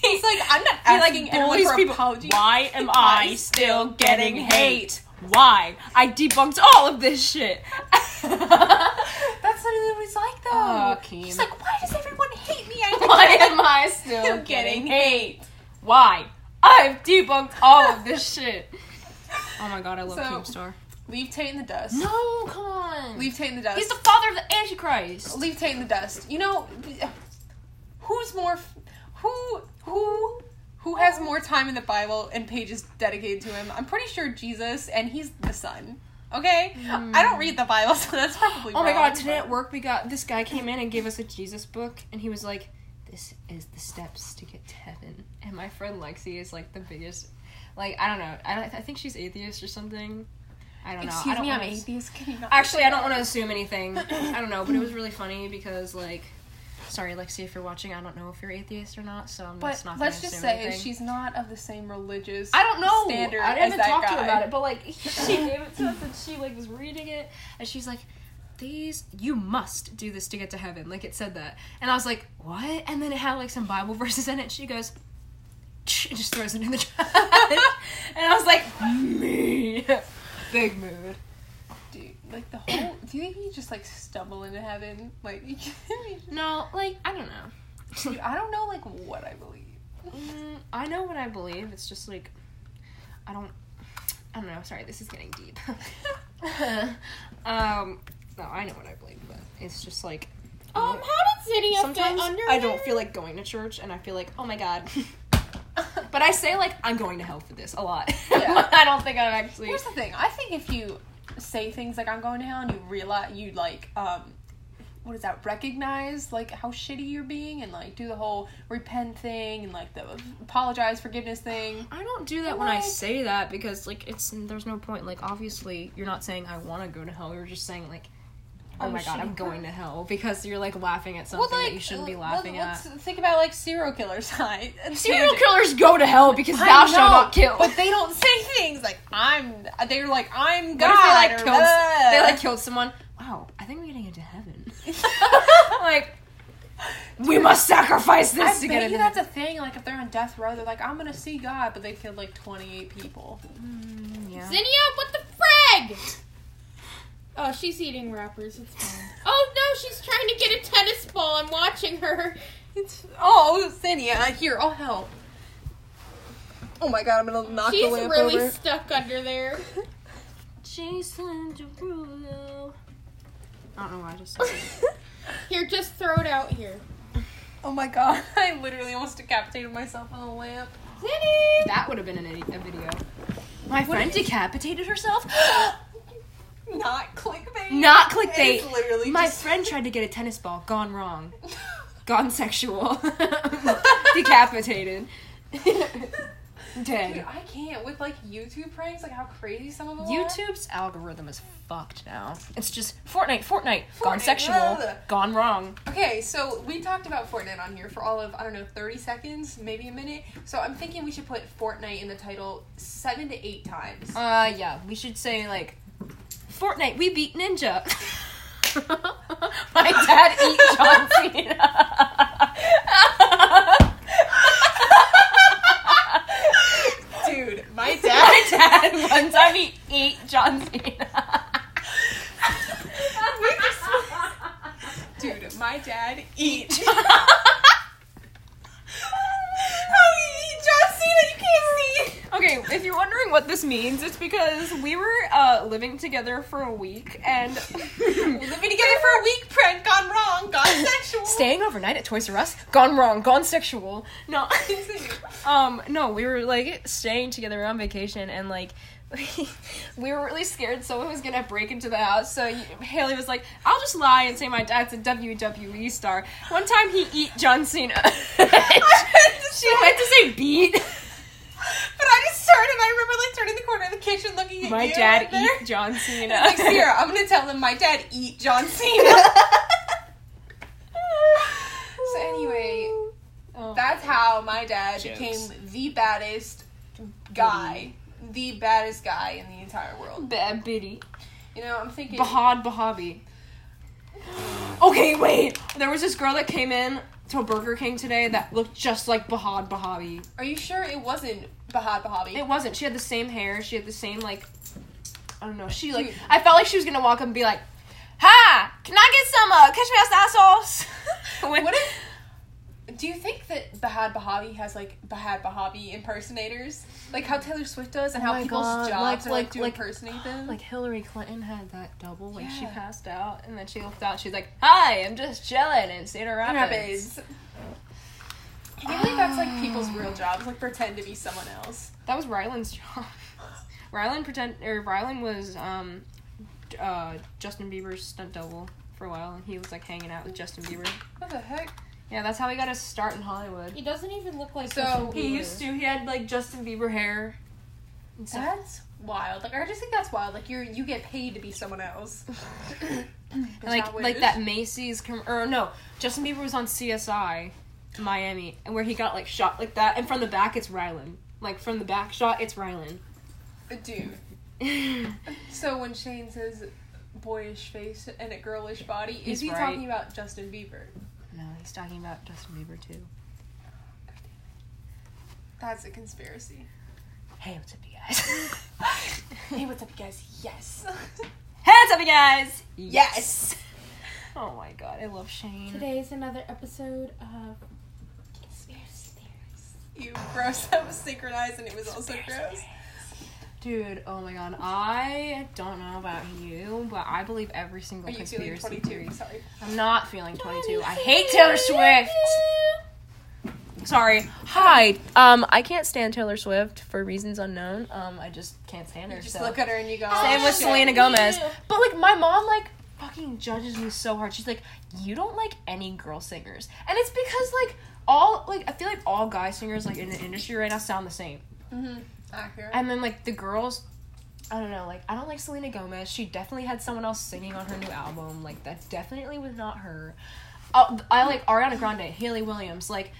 S2: He's like, I'm not
S1: He, like,
S2: asking anyone
S1: bullies
S2: for
S1: people.
S2: apologies.
S1: Why am
S2: Why
S1: I still getting hate? Why? I debunked all of this shit.
S2: That's literally what he's like, though.
S1: Oh, Keem.
S2: He's like, why does everyone hate me? I
S1: Why am I still
S2: Still
S1: getting
S2: getting
S1: hate? Why? I've debunked all of this shit. Oh my god, I love
S2: So-
S1: Keemstar.
S2: leave Tate in the dust.
S1: No, come on.
S2: Leave Tate in the dust.
S1: He's the father of the Antichrist.
S2: leave Tate in the dust. You know, who's more, f- who, who, who has more time in the Bible and pages dedicated to him? I'm pretty sure Jesus, and he's the son. Okay,
S1: Hmm.
S2: I don't read the Bible, so that's probably.
S1: Oh my
S2: wrong,
S1: god, today
S2: but-
S1: at work we got this guy came in and gave us a Jesus book and he was like, This is the steps to get to heaven. And my friend Lexi is like the biggest like I don't know. I don't I think she's atheist or something. I don't know. I
S2: Excuse
S1: don't
S2: me, I'm
S1: wanna-
S2: atheist. Can you not?
S1: Actually I don't wanna assume anything. I don't know, but it was really funny because like sorry Lexi if you're watching, I don't know if you're atheist or not, so I'm
S2: But
S1: just not
S2: let's
S1: gonna
S2: just
S1: assume
S2: say
S1: anything.
S2: she's not of the same religious.
S1: I don't know.
S2: Standard
S1: I
S2: as
S1: haven't
S2: that
S1: talked to her
S2: guy.
S1: about it, but like she gave it to us and she like was reading it and she's like, "These you must do this to get to heaven." Like it said that, and I was like, "What?" And then it had like some Bible verses in it. She goes, "Tch," and just throws it in the trash, and I was like, "Me, big mood."
S2: Dude, like the whole. Do you think you just like stumble into heaven? Like, you just-
S1: No, like I don't know.
S2: dude, I don't know like what I believe.
S1: Mm, I know what I believe. It's just like I don't. I don't know. Sorry, this is getting deep. um, no, I know what I believe, but it's just like
S6: Um, how did Zinnia fit
S1: sometimes
S6: under
S1: I don't
S6: there?
S1: feel like going to church, and I feel like, oh my god, But I say like I'm going to hell for this a lot.
S2: Yeah.
S1: I don't think I'm actually.
S2: Here's the thing. I think if you say things like "I'm going to hell" and you realize you like, um, what is that? Recognize like how shitty you're being and like do the whole repent thing and like the apologize, forgiveness thing.
S1: I don't do that when I
S2: Like-
S1: say that because like it's there's no point. Like obviously you're not saying I want to go to hell. You're just saying like, oh,
S2: I'm a
S1: my god,
S2: shitty
S1: I'm going to hell because you're like laughing at something that you shouldn't be
S2: uh,
S1: laughing
S2: let-
S1: at.
S2: let's Think about like serial killers. I-
S1: Serial killers go to hell because
S2: I
S1: thou shalt
S2: know,
S1: not kill.
S2: But they don't say things like "I'm." They're like "I'm
S1: What
S2: God."
S1: if they like
S2: or
S1: killed?
S2: blah.
S1: They like killed someone. Wow, I think we're getting into heaven. like we must sacrifice this
S2: I
S1: to
S2: bet
S1: get into.
S2: you that's a thing. Like if they're on death row, they're like, "I'm gonna see God," but they killed like 28 people.
S1: heaven. Yeah.
S4: Zinnia, what the frag? Oh, she's eating wrappers. It's fine. Oh no, she's trying to get a tennis ball. I'm watching her.
S2: It's oh, Zinnia, here I'll help. Oh my god, I'm gonna knock
S4: she's
S2: the lamp
S4: really
S2: over.
S4: stuck under there.
S1: Jason Derulo. I don't know why I just. Said that.
S4: Here, just throw it out here.
S2: oh my god, I literally almost decapitated myself on the lamp.
S1: That would have been an, a video. My friend decapitated herself.
S2: Not clickbait.
S1: Not
S2: It's
S1: clickbait.
S2: literally
S1: My
S2: just-
S1: friend tried to get a tennis ball. Gone wrong. Gone sexual. decapitated.
S2: Dude,
S1: Dead.
S2: I can't with like YouTube pranks, like how crazy some of them are.
S1: YouTube's algorithm is fucked now. It's just Fortnite, Fortnite, gone
S2: Fortnite,
S1: sexual,
S2: ugh.
S1: gone wrong.
S2: Okay, so we talked about Fortnite on here for all of, I don't know, 30 seconds, maybe a minute. So I'm thinking we should put Fortnite in the title seven to eight times.
S1: Uh, yeah, we should say like, Fortnite, we beat Ninja. My dad eat John Cena.
S2: Dude, my
S1: My dad one time he ate John Cena.
S2: Dude, my dad eat.
S1: Okay, if you're wondering what this means, it's because we were uh, living together for a week and
S2: Living together for a week, prank gone wrong, gone sexual.
S1: staying overnight at Toys R Us, gone wrong, gone sexual. No. Um, no, we were like staying together on vacation and like we were really scared someone was gonna break into the house. So y- Haley was like, "I'll just lie and say my dad's a WWE star." One time he eat John Cena. she went to say beat.
S2: But I just turned and I remember like turning the corner of the kitchen looking at
S1: My
S2: you
S1: dad
S2: right there.
S1: eat John Cena.
S2: Like, Sierra, I'm gonna tell them my dad eat John Cena. so anyway,
S1: Oh.
S2: that's how my dad
S1: Jokes.
S2: became the baddest guy. The baddest guy in the entire world.
S1: Bad bitty.
S2: You know, I'm thinking
S1: Bahad Bahabi. Okay, wait. There was this girl that came in to Burger King today that looked just like Bahad Bahabi.
S2: Are you sure it wasn't Bahad Bahabi?
S1: It wasn't. She had the same hair. She had the same like. I don't know. She like.
S2: Dude.
S1: I felt like she was gonna walk up and be like, "Hi, can I get some uh, ketchup sauce?"
S2: What if? Do you think that Bahad Bahabi has like Bahad Bahabi impersonators, like how Taylor Swift does, and
S1: Oh
S2: how
S1: my
S2: people's
S1: God, like-
S2: jobs are like,
S1: like-
S2: to
S1: like-
S2: impersonate them?
S1: Like Hillary Clinton had that double, like she
S2: Yeah.
S1: passed out, and then she looked out. She's like, "Hi, I'm just chilling in Cedar Rapids."
S2: rapids. Can you believe that's like people's real jobs? Like pretend to be someone else.
S1: That was Ryland's job. Ryland pretend or Ryland was um uh Justin Bieber's stunt double for a while and he was like hanging out with Justin Bieber.
S2: What the heck?
S1: Yeah, that's how he got his start in Hollywood.
S4: He doesn't even look like
S2: So,
S4: Justin
S1: He
S4: Bieber.
S1: used to he had like Justin Bieber hair. and stuff.
S2: That's wild. Like I just think that's wild. Like you're you get paid to be someone else. That's
S1: like
S2: not what it
S1: like
S2: is.
S1: that Macy's com- or no, Justin Bieber was on CSI Miami and where he got like shot like that and from the back it's Ryland. Like from the back shot it's Ryland.
S2: dude. So when Shane says boyish face and a girlish body,
S1: He's
S2: is he
S1: right.
S2: talking about Justin Bieber?
S1: no, he's talking about Justin Bieber too.
S2: That's a conspiracy.
S1: Hey, what's up you guys?
S2: hey, what's up, you guys? Yes.
S1: Heads up, you guys!
S2: Yes.
S1: Oh my god, I love Shane.
S4: Today is another episode of Conspiracy
S2: you gross. That was synchronized, and it was also gross.
S1: Dude, oh my god, I don't know about you, but I believe every single
S2: Are you feeling
S1: conspiracy
S2: 22?
S1: theory.
S2: Sorry.
S1: I'm not feeling 22. I hate Taylor Swift!
S6: Sorry. Hi. Um, I can't stand Taylor Swift for reasons unknown. Um, I just can't stand her.
S2: Just
S6: so.
S2: look at her and you go.
S6: Same
S2: "Oh,
S6: with
S2: shit."
S6: Selena Gomez. But like my mom like fucking judges me so hard. She's like, you don't like any girl singers. And it's because like all like I feel like all guy singers like in the industry right now sound the same.
S2: Mhm. Accurate.
S6: And then like the girls I don't know, like I don't like Selena Gomez. She definitely had someone else singing on her new album. Like that definitely was not her. Oh, I like Ariana Grande, Haley Williams, like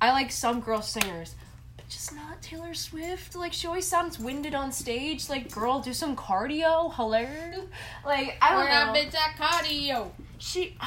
S6: I like some girl singers, but just not Taylor Swift. Like she always sounds winded on stage. Like girl, do some cardio, hilarious. Like I don't
S2: We're not
S6: know.
S2: bitch at cardio.
S6: She,
S2: Uh,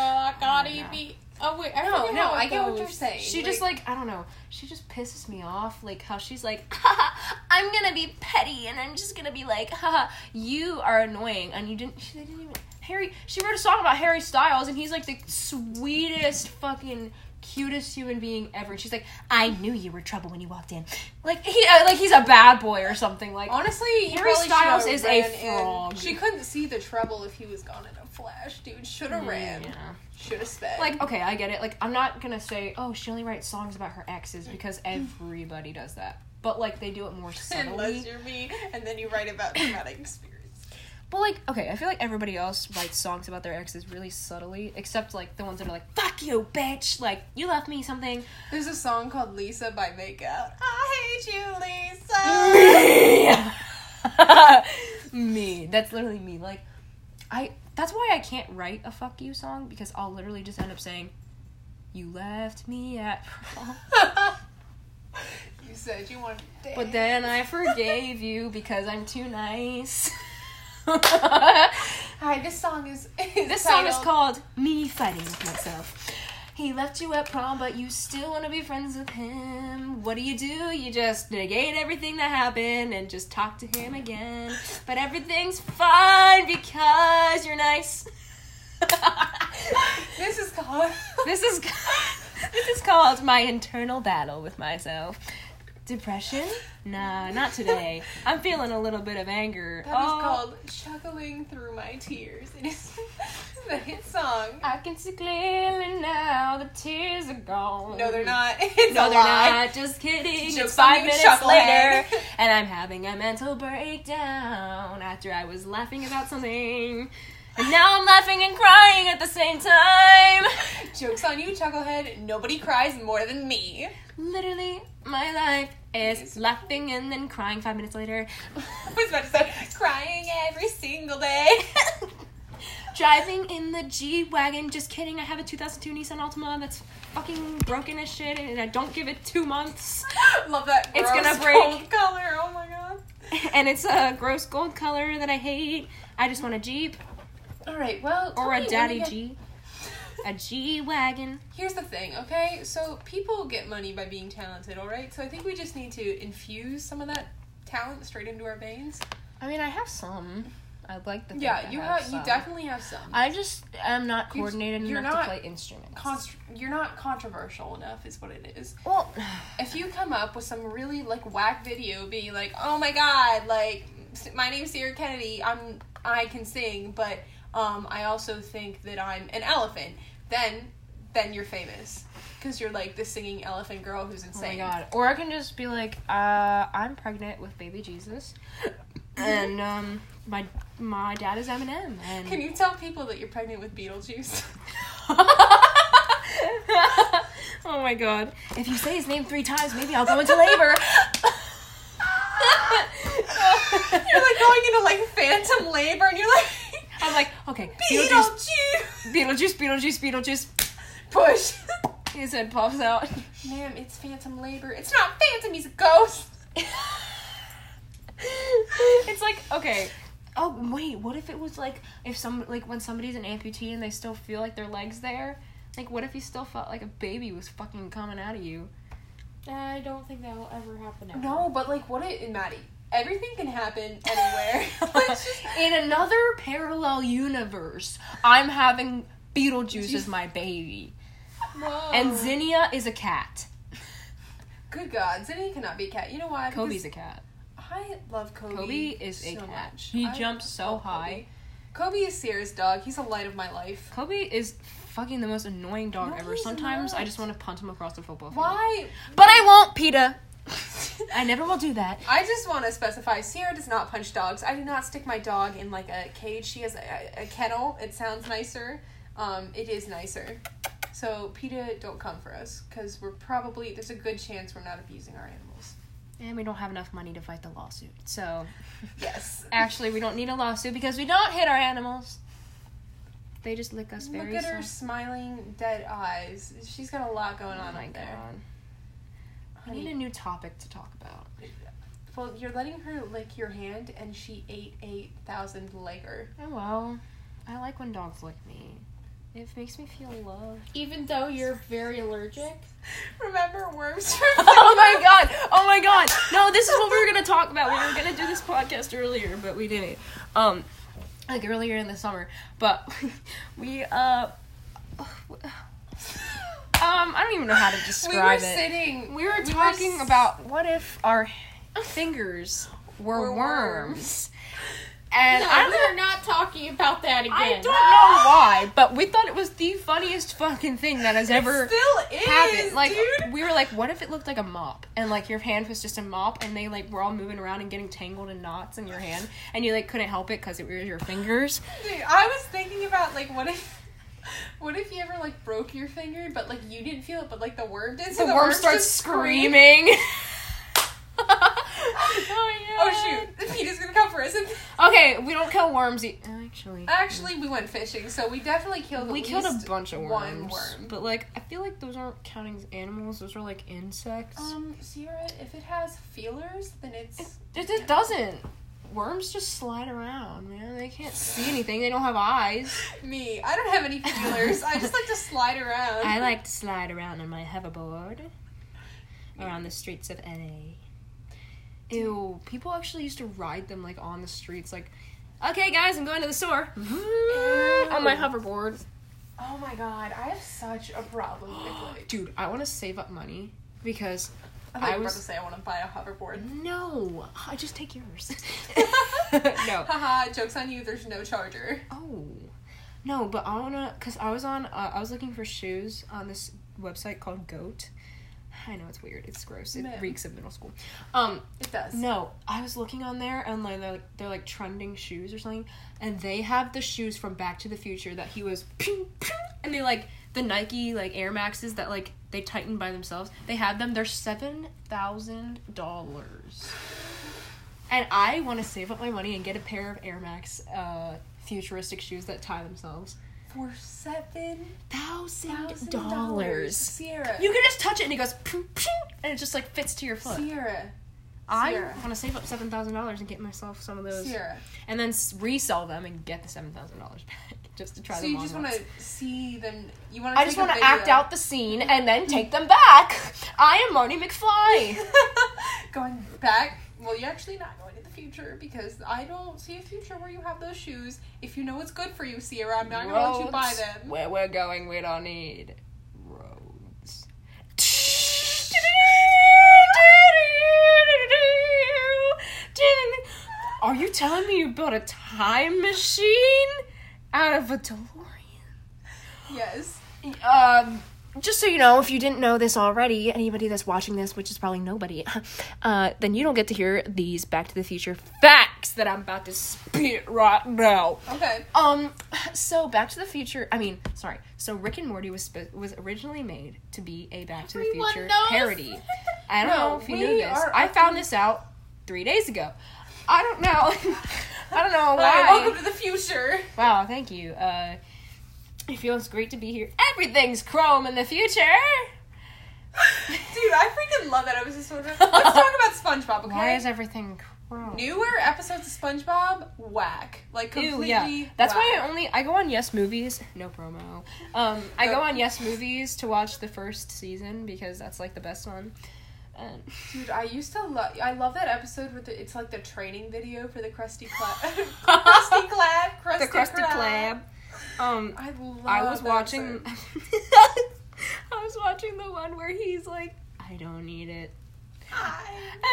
S6: I
S2: cardi
S6: don't know.
S2: B. Oh wait, I
S6: no,
S2: forget
S6: no,
S2: how it
S6: I get what you're
S2: goes.
S6: saying. She just like I don't know. She just pisses me off. Like how she's like, I'm gonna be petty and I'm just gonna be like, haha, you are annoying and you didn't. She, they didn't even Harry. She wrote a song about Harry Styles and he's like the sweetest fucking cutest human being ever. And she's like, I knew you were trouble when you walked in. Like he uh, like he's a bad boy or something. Like
S2: Honestly, you
S6: Harry
S2: probably
S6: Styles
S2: should've
S6: is a
S2: ran in.
S6: frog.
S2: She couldn't see the trouble if he was gone in a flash, dude. Should have ran.
S6: Yeah.
S2: Should have sped.
S6: Like, okay, I get it. Like, I'm not gonna say, oh, she only writes songs about her exes because everybody does that. But like, they do it more
S2: unless
S6: subtly.
S2: you're me, and then you write about traumatic experience.
S6: But like, okay, I feel like everybody else writes songs about their exes really subtly, except like the ones that are like, "Fuck you, bitch!" Like, you left me something.
S2: There's a song called Lisa by Makeout. I hate you, Lisa.
S6: me. That's literally me. Like, I. That's why I can't write a "fuck you" song because I'll literally just end up saying, "You left me at." prom."
S2: you said you wanted to dance.
S6: But then I forgave you because I'm too nice. this
S2: Hi, this song is.
S6: song is
S2: titled-
S6: called Me Fighting with Myself. He left you at prom, but you still want to be friends with him. What do you do? You just negate everything that happened and just talk to him again. But everything's fine because you're nice.
S2: This is called.
S6: This is this is called my internal battle with myself. Depression? Nah, not today. I'm feeling a little bit of anger. Oh,
S2: That is called Chuckling Through My Tears. It is the hit song.
S6: I can see clearly now. The tears are gone.
S2: No, they're not. It's
S6: No,
S2: a
S6: they're
S2: lie.
S6: not. Just kidding.
S2: Joke's
S6: It's five
S2: on you,
S6: minutes
S2: chucklehead.
S6: later, and I'm having a mental breakdown after I was laughing about something, and now I'm laughing and crying at the same time.
S2: Joke's on you, Chucklehead. Nobody cries more than me.
S6: Literally, my life is laughing and then crying five minutes later.
S2: I was about to say, crying every single day.
S6: Driving in the G Wagon, just kidding, I have a 2002 Nissan Altima that's fucking broken as shit and I don't give it two months.
S2: Love that.
S6: It's
S2: gross
S6: gonna break.
S2: gold color. Oh my god.
S6: And it's a gross gold color that I hate. I just want a Jeep
S2: All right. Well, tell
S6: or
S2: me
S6: a
S2: when
S6: daddy
S2: you get-
S6: G. A G Wagon.
S2: Here's the thing, okay? So people get money by being talented, all right? So I think we just need to infuse some of that talent straight into our veins.
S6: I mean, I have some. I'd like to think
S2: yeah,
S6: I
S2: you
S6: have,
S2: have, you
S6: some.
S2: definitely have some.
S6: I just am not
S2: You-
S6: coordinated
S2: you're
S6: enough
S2: not
S6: to play instruments.
S2: Constr- you're not controversial enough, is what it is.
S6: well,
S2: If you come up with some really like whack video, being like, "Oh my god, like s- my name's Sarah Kennedy, I'm I can sing, but um, I also think that I'm an elephant," then then you're famous because you're like the singing elephant girl who's
S6: Oh my
S2: insane.
S6: god. Or I can just be like, uh, I'm pregnant with baby Jesus. And um my my dad is Eminem and
S2: Can you tell people that you're pregnant with Beetlejuice?
S6: Oh my god. If you say his name three times, maybe I'll go into labor.
S2: you're like going into like phantom labor, and you're like,
S6: I'm like, okay, Beetlejuice,
S2: Beetlejuice,
S6: Beetlejuice, Beetlejuice, Beetlejuice.
S2: push.
S6: His head pops out.
S2: Ma'am, it's phantom labor. It's not phantom. He's a ghost.
S6: it's like okay. Oh wait, what if it was like if some like when somebody's an amputee and they still feel like their legs there? Like what if you still felt like a baby was fucking coming out of you?
S1: I don't think that will ever happen. Ever.
S2: No, but like, what it, Maddie? Everything can happen anywhere. Let's just-
S6: In another parallel universe, I'm having Beetlejuice as my baby.
S2: Whoa.
S6: And Zinnia is a cat.
S2: good God, Zinni cannot be a cat. You know why?
S6: Kobe's
S2: Because
S6: a cat.
S2: I love Kobe.
S6: Kobe is a
S2: so
S6: cat.
S2: much.
S6: He
S2: I
S6: jumps so
S2: love
S6: high.
S2: Kobe. Kobe is Sierra's dog. He's a light of my life.
S1: Kobe is fucking the most annoying dog
S2: No,
S1: ever.
S2: he's
S1: Sometimes I
S2: not.
S1: just want to punt him across the football field.
S2: Why?
S1: But I won't, PETA. I never will do that.
S2: I just want to specify Sierra does not punch dogs. I do not stick my dog in like a cage. She has a, a kennel. It sounds nicer. Um, it is nicer. So PETA, don't come for us because we're probably there's a good chance we're not abusing our animals.
S1: And we don't have enough money to fight the lawsuit. So
S2: Yes.
S1: actually, we don't need a lawsuit because we don't hit our animals. They just lick us
S2: Look
S1: very
S2: at her
S1: soft.
S2: smiling dead eyes. She's got a lot going
S1: Oh
S2: on
S1: my
S2: out there.
S1: god. I
S2: Honey,
S1: need a new topic to talk about.
S2: Well, you're letting her lick your hand, and she ate eight thousand later.
S1: Oh well. I like when dogs lick me. It makes me feel loved.
S4: Even though you're very allergic.
S2: Remember worms?
S1: oh my god! Oh my god! No, this is what we were gonna talk about. We were gonna do this podcast earlier, but we didn't. Um, like earlier in the summer, but we uh, um, I don't even know how to
S2: we were
S1: describe it.
S2: sitting.
S1: We were
S2: we were
S1: talking
S2: s-
S1: about what if our fingers were,
S2: Were
S1: worms, and I
S4: No,
S1: don't
S4: we're not talking about that again.
S1: I don't know why, but we thought it was the funniest fucking thing that has ever
S2: Still is,
S1: happened. Like
S2: dude.
S1: we were like, what if it looked like a mop, and like your hand was just a mop, and they like were all moving around and getting tangled in knots in your hand, and you like couldn't help it because it was your fingers.
S2: Dude, I was thinking about like what if. What if you ever like broke your finger, but like you didn't feel it, but like the worm did? So
S1: the, worm
S2: worms
S1: starts
S2: just scream.
S1: screaming.
S2: Oh shoot! Peter's gonna come for us. And
S1: Okay, we don't kill worms. E- actually,
S2: actually, we went fishing, so we definitely killed. Uh, at
S1: we killed a
S2: least
S1: bunch of worms.
S2: One worm.
S1: But like, I feel like those aren't counting as animals. Those are like insects.
S2: Um, Sierra, if it has feelers, then it's.
S1: It just doesn't. Worms just slide around, man. They can't see anything. They don't have eyes.
S2: Me, I don't have any feelers. I just like to slide around.
S1: I like to slide around on my hoverboard around the streets of NA. Ew, people actually used to ride them like on the streets, like, okay, guys, I'm going to the store on my hoverboard.
S2: Oh my god, I have such a problem with like.
S1: Dude, I want to save up money because
S2: I thought
S1: I
S2: you were
S1: was-
S2: about to say I want to buy a hoverboard.
S1: no, I just take yours. no,
S2: Haha, joke's on you, there's no charger.
S1: Oh, no, but I wanna, cause I was on, uh, I was looking for shoes on this website called Goat. I know it's weird, it's gross, it
S2: Ma'am.
S1: reeks of middle school. Um,
S2: It does.
S1: no, I was looking on there and like they're, like they're like trending shoes or something, and they have the shoes from Back to the Future that he was, pew, pew, and they like the Nike like Air Maxes that like they tighten by themselves. They have them. They're seven thousand dollars, and I want to save up my money and get a pair of Air Max uh, futuristic shoes that tie themselves.
S2: For seven
S1: Thousand
S2: thousand
S1: dollars.
S2: Sierra.
S1: You can just touch it and it goes, pew, pew, and it just like fits to your foot.
S2: Sierra.
S1: I
S2: Sierra.
S1: want to save up seven thousand dollars and get myself some of those,
S2: Sierra.
S1: and then s- resell them and get the seven thousand dollars back just to try
S2: So
S1: them
S2: you
S1: on
S2: just want
S1: once.
S2: to see them. You want to.
S1: I just want to act out the scene and then take them back. I am Marty McFly.
S2: going back. Well, you're actually not going to the future because I don't see a future where you have those shoes. If you know what's good for you, Sierra, I'm not going to let you buy
S1: Roads.
S2: them.
S1: Where we're going, we don't need roads. Are you telling me you built a time machine out of a DeLorean?
S2: Yes.
S1: um, just so you know, if you didn't know this already, anybody that's watching this, which is probably nobody, uh, then you don't get to hear these Back to the Future facts that I'm about to spit right now.
S2: Okay.
S1: Um, so Back to the Future. I mean, sorry. So Rick and Morty was sp- was originally made to be a Back to the
S4: Everyone
S1: Future
S4: knows.
S1: parody. I don't
S2: No,
S1: know if you
S2: we
S1: knew this.
S2: are
S1: I found this out three days ago. I don't know. I don't know why.
S2: Hi, welcome to the future.
S1: Wow, thank you. Uh, it feels great to be here. Everything's chrome in the future.
S2: Dude, I freaking love that episode. so much. Let's talk about SpongeBob, okay?
S1: Why is everything chrome?
S2: Newer episodes of SpongeBob, whack. Like,
S1: Ew,
S2: completely.
S1: yeah. That's why I
S2: whack.
S1: only I go on Yes Movies. No promo. Um, I go
S2: No.
S1: on Yes Movies to watch the first season because that's like the best one. And
S2: Dude, I used to love. I love that episode where the, it's like the training video for the Krusty Krab. Krusty Krab. Krusty
S1: the Krusty Krab. Um,
S2: I love.
S1: I was
S2: that
S1: watching.
S2: episode.
S1: I was watching the one where he's like, I don't need it. And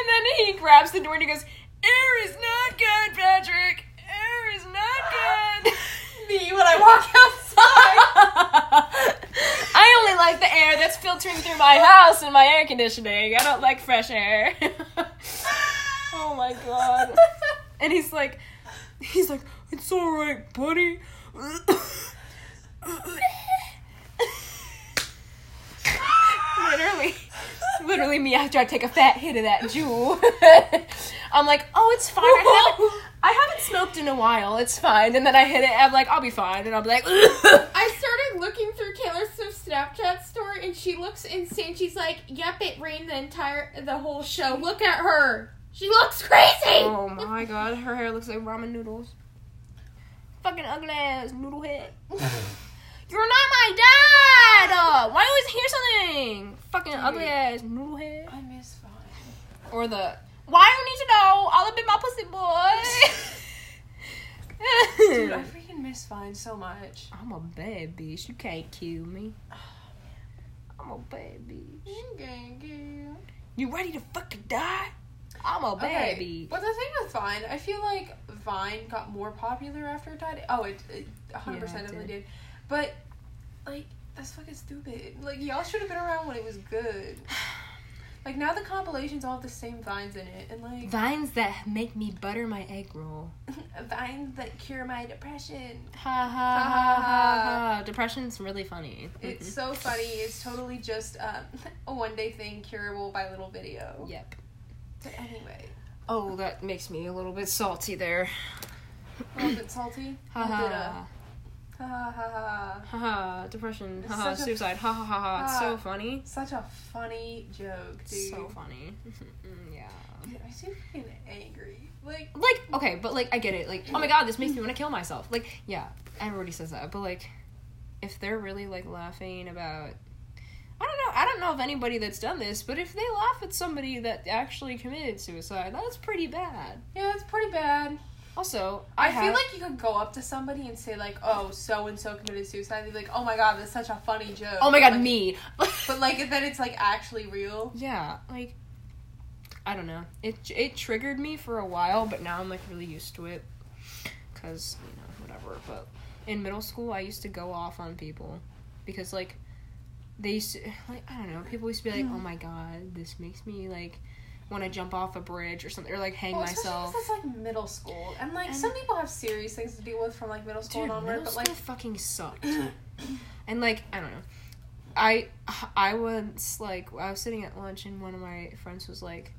S1: then he grabs the door and he goes, Air is not good, Patrick! Air is not good!
S6: air that's filtering through my house and my air conditioning. I don't like fresh air. oh my god. And he's like, he's like, it's alright, buddy. literally, literally me after I take a fat hit of that jewel. I'm like, oh, it's fine. I haven't, I haven't smoked in a while. It's fine. And then I hit it. I'm like, I'll be fine. And I'll be like,
S4: I started looking through Taylor Swift's Snapchat store, and she looks insane. She's like, "Yep, it rained the entire, the whole show. Look at her. She looks crazy."
S6: oh my god, her hair looks like ramen noodles. Fucking ugly ass noodle head. You're not my dad. Uh, why do I always hear something? Fucking ugly ass noodle head.
S2: I miss Vine.
S6: Or the why do you need to know all about my pussy boy?
S2: Dude, I freaking miss Vine so much.
S6: I'm a bad bitch. You can't kill me.
S2: Oh,
S6: I'm a bad bitch. You ready to fucking die? I'm a bad
S2: Okay,
S6: bitch.
S2: but the thing with Vine, I feel like Vine got more popular after it died. Oh, it, it 100%
S6: Yeah, it
S2: definitely did. But, like, that's fucking stupid. Like, y'all should have been around when it was good. Like, now the compilations all have the same Vines in it. And, like,
S6: Vines that make me butter my egg roll.
S2: Vines that cure my depression.
S6: Ha ha
S2: ha, ha,
S6: Depression's really funny.
S2: It's so
S6: Mm-hmm.
S2: funny. It's totally just um, a one day thing curable by little video.
S6: Yep.
S2: But anyway,
S6: Oh, that makes me a little bit salty there.
S2: a little bit salty.
S6: Ha
S2: Little bit, uh,
S6: ha.
S2: Ha ha ha ha.
S6: Ha ha. Depression.
S2: It's
S6: Ha ha.
S2: such a-
S6: Suicide. Ha ha ha ha. It's so
S2: Ah.
S6: funny.
S2: Such a funny joke, dude.
S6: So funny. Mm, yeah.
S2: Dude, I'm so freaking angry. Like,
S6: Like, okay, but like, I get it. Like, oh my god, this makes me want to kill myself. Like, yeah, everybody says that. But like, if they're really like laughing about. I don't know. I don't know of anybody that's done this, but if they laugh at somebody that actually committed suicide, that's pretty bad.
S2: yeah, it's pretty bad.
S6: Also,
S2: I,
S6: I,
S2: feel
S6: have-
S2: like you could go up to somebody and say like, "Oh, so and so committed suicide." They'd be like, "Oh my god, that's such a funny joke."
S6: oh my god,
S2: Like,
S6: me.
S2: But like, then it's like actually real.
S6: yeah, like I don't know. It it triggered me for a while, but now I'm like really used to it cuz, you know, whatever. But in middle school, I used to go off on people because like they used to, like I don't know, people used to be like, "Oh my god, this makes me like want to jump off a bridge or something or like hang
S2: Well, especially
S6: myself."
S2: 'cause it's like middle school, and like
S6: And-
S2: some people have serious things to deal with from like middle school
S6: Dude,
S2: and onward.
S6: middle
S2: But
S6: school
S2: like,
S6: fucking sucked. and like, I don't know. I I once like I was sitting at lunch and one of my friends was like,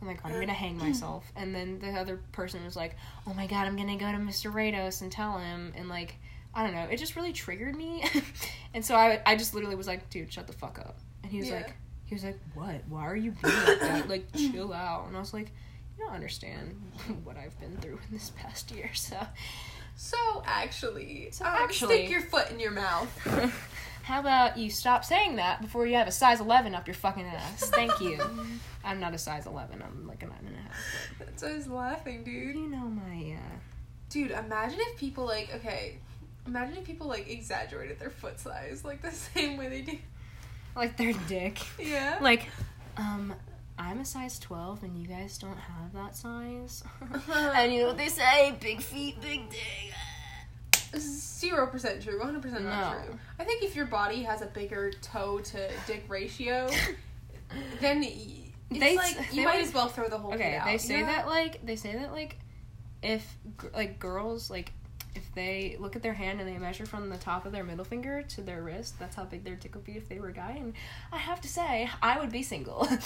S6: "Oh my god, I'm gonna hang myself." And then the other person was like, "Oh my god, I'm gonna go to Mr. Rados and tell him." And like, I don't know, it just really triggered me. and so I I just literally was like, "Dude, shut the fuck up." And he was
S2: Yeah.
S6: like, he was like, "What? Why are you being like that? Like, chill out." And I was like. You don't understand what I've been through in this past year, so
S2: so actually,
S6: So
S2: um,
S6: actually-
S2: stick your foot in your mouth.
S6: How about you stop saying that before you have a size 11 up your fucking ass? Thank you. I'm not a size 11, I'm like a 9 and a half.
S2: That's why I was laughing, dude.
S6: You know my, uh.
S2: Dude, imagine if people like okay, imagine if people like exaggerated their foot size like the same way they do.
S6: Like their dick.
S2: Yeah.
S6: Like, um, I'm a size 12 and you guys don't have that size. and
S2: uh,
S6: you know what they say big feet, big dick.
S2: Zero percent true. One hundred percent not
S6: No.
S2: true. I think if your body has a bigger toe to dick ratio, then y- it's
S6: They s-
S2: like you
S6: they
S2: might
S6: would-
S2: as well throw the whole.
S6: Okay,
S2: kid out.
S6: they say
S2: Yeah.
S6: that like they say that like if gr- like girls like if they look at their hand and they measure from the top of their middle finger to their wrist, that's how big their dick would be if they were a guy. And I have to say, I would be single.
S2: I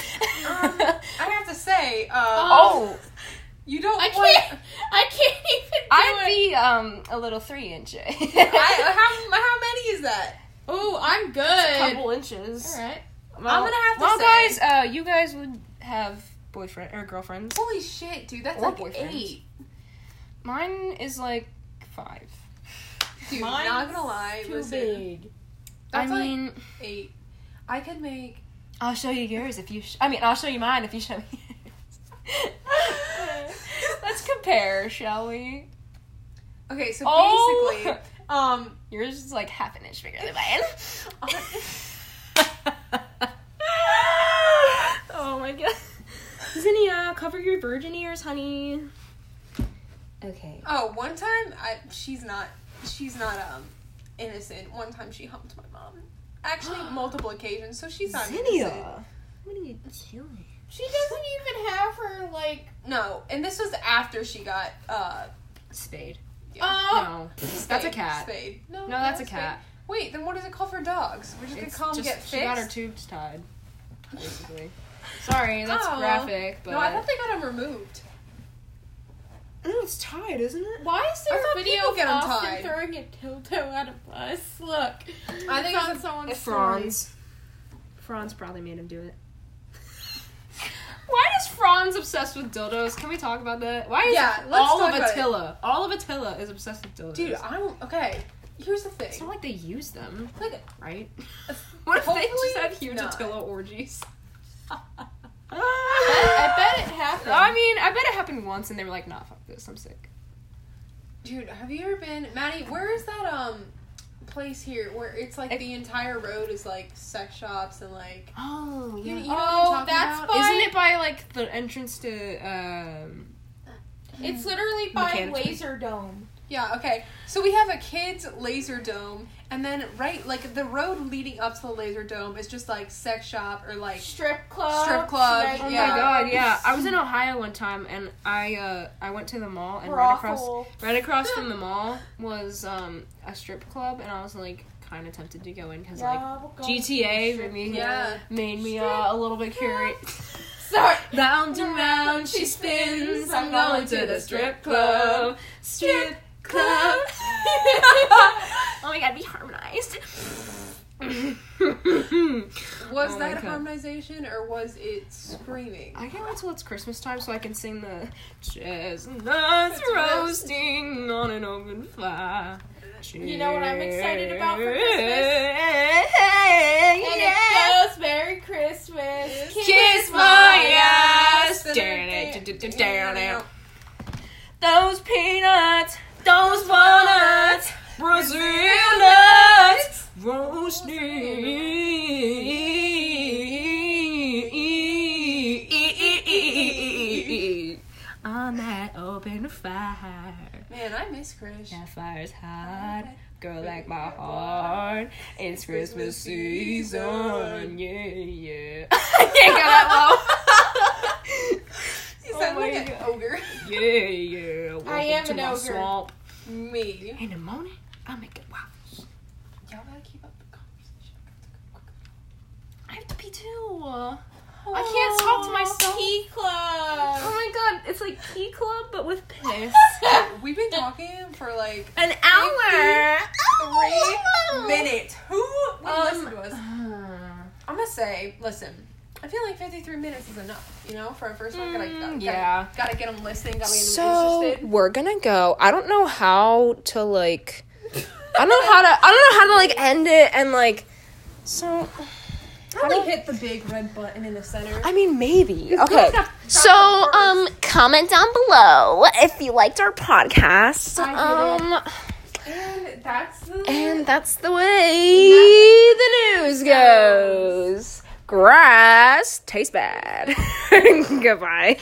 S2: have to say, uh,
S6: Um, oh,
S2: you don't.
S4: I
S2: want-
S4: can't. I can't even.
S6: I'd be um a little three inch,
S2: I,
S6: a
S2: how how many is that?
S4: Oh, I'm good.
S6: couple inches.
S4: All right.
S6: Well,
S2: gonna have to
S6: well,
S2: say-
S6: guys, uh, you guys would have boyfriend or girlfriends.
S2: Holy shit, dude! That's
S6: Or
S2: like
S6: boyfriends.
S2: eight.
S6: Mine is like five.
S2: Dude, not gonna lie. listen, That's
S6: I
S2: like
S6: mean.
S2: eight. I could make.
S6: I'll show you yours if you. Sh- I mean, I'll show you mine if you show me. yours. Let's compare, shall we?
S2: Okay, so
S6: Oh!
S2: basically, um,
S6: Yours is like half an inch bigger than mine. oh my god, Zinnia, cover your virgin ears, honey. Okay.
S2: Oh, one time I she's not she's not um innocent. One time she humped my mom. Actually, multiple occasions, so she's not innocent.
S1: Zinnia.
S6: What are you doing?
S2: She doesn't even have her like no, and this was after she got uh
S6: Spade.
S2: yeah. oh
S6: no, that's a
S2: spade,
S6: cat.
S2: Spade. No,
S6: No, Oh, that's a
S2: spade.
S6: cat.
S2: Wait, then what is it called for dogs? We're just gonna
S6: It's
S2: call them
S6: just-
S2: get fixed.
S6: She got her tubes tied, basically. Sorry, that's
S2: Oh.
S6: graphic, but
S2: No, I thought they got them removed.
S1: No, it's tied, isn't it?
S4: Why is
S2: I
S4: there
S2: thought
S4: a video
S2: people
S4: of
S2: get 'em
S4: Austin
S2: tied.
S4: throwing a dildo at a bus? Look,
S2: I think it's
S4: it's on
S2: a-
S4: someone's story.
S6: Franz. Franz probably made him do it. Why is Franz obsessed with dildos? Can we talk about that? Why is
S2: Yeah, let's
S6: all
S2: talk
S6: of
S2: about it.
S6: Attila, all of Attila is obsessed with dildos?
S2: Dude, I don't. Okay, here's the
S6: it's not
S2: thing.
S6: like they use them,
S2: Like,
S6: right? What if they just
S2: Hopefully
S6: had huge
S2: not.
S6: Attila orgies?
S2: I bet it happened.
S6: I mean, I bet it happened once, and they were like, "Nah, fuck this, I'm sick."
S2: Dude, have you ever been, Maddie? Where is that um place here where it's like
S6: It-
S2: the entire road is like sex shops and like
S6: Oh,
S2: you, you know
S4: Oh,
S2: what I'm talking
S4: that's
S2: about?
S4: fun.
S6: Isn't it by like the entrance to um
S4: It's literally by
S6: Mechanically.
S4: Laser Dome.
S2: Yeah, okay. So we have a kids laser dome and then right like the road leading up to the laser dome is just like sex shop or like
S4: Strip club.
S2: Strip club,
S4: nightclubs,
S6: Oh
S2: Yeah.
S6: my god, yeah. I was in Ohio one time and I uh I went to the mall and right across
S4: brothel.
S6: right across from the mall was um a strip club and I was like kind of tempted to go in cuz like
S4: Yeah, we'll go
S6: GTA
S4: strip
S6: made me
S2: Yeah.
S6: made me uh, a little bit curious.
S4: Sorry.
S6: round and round she spins. I'm going to the strip club. Strip club. oh my god, we harmonized.
S2: was
S6: Oh my
S2: that
S6: God.
S2: harmonization or was it screaming?
S6: I can't wait till it's Christmas time so I can sing the chestnuts roasting on an open fire.
S4: You know what I'm excited about for Christmas? And
S6: Yeah.
S4: it goes Merry Christmas.
S6: Kiss my ass. Those peanuts, those walnuts, Brazil nuts, roasting on that open fire.
S2: Man, I miss Chris.
S6: That fire's hot, girl like my heart. It's Christmas season, yeah, yeah. I can't go that low.
S2: You
S6: Oh
S2: sound
S6: my
S2: like an ogre.
S6: Yeah, yeah. Welcome
S4: am
S6: to
S4: an
S6: my
S4: ogre.
S6: swamp.
S2: Me.
S6: In the morning, I make it wow.
S2: Y'all gotta keep up the conversation.
S6: I have to pee too. I can't talk to myself.
S4: Key
S6: Oh
S4: club.
S6: my god, it's like Key Club but with piss.
S2: We've been talking for like
S6: An hour.
S2: three minutes. Who would
S6: Um,
S2: listen to us? I'm gonna say, listen. I feel like 53 minutes is enough, you know, for our first one. Gotta- gotta,
S6: Mm, yeah.
S2: Gotta get them listening. Gotta get them
S6: So
S2: interested.
S6: we're gonna go. I don't know how to like. I don't know how to. I don't know how to like end it and like. So
S2: Probably hit the big red button in the center.
S6: I mean maybe okay. So um, comment down below if you liked our podcast. Um,
S2: And that's the.
S6: and that's the way the news goes. Grass tastes bad. Goodbye.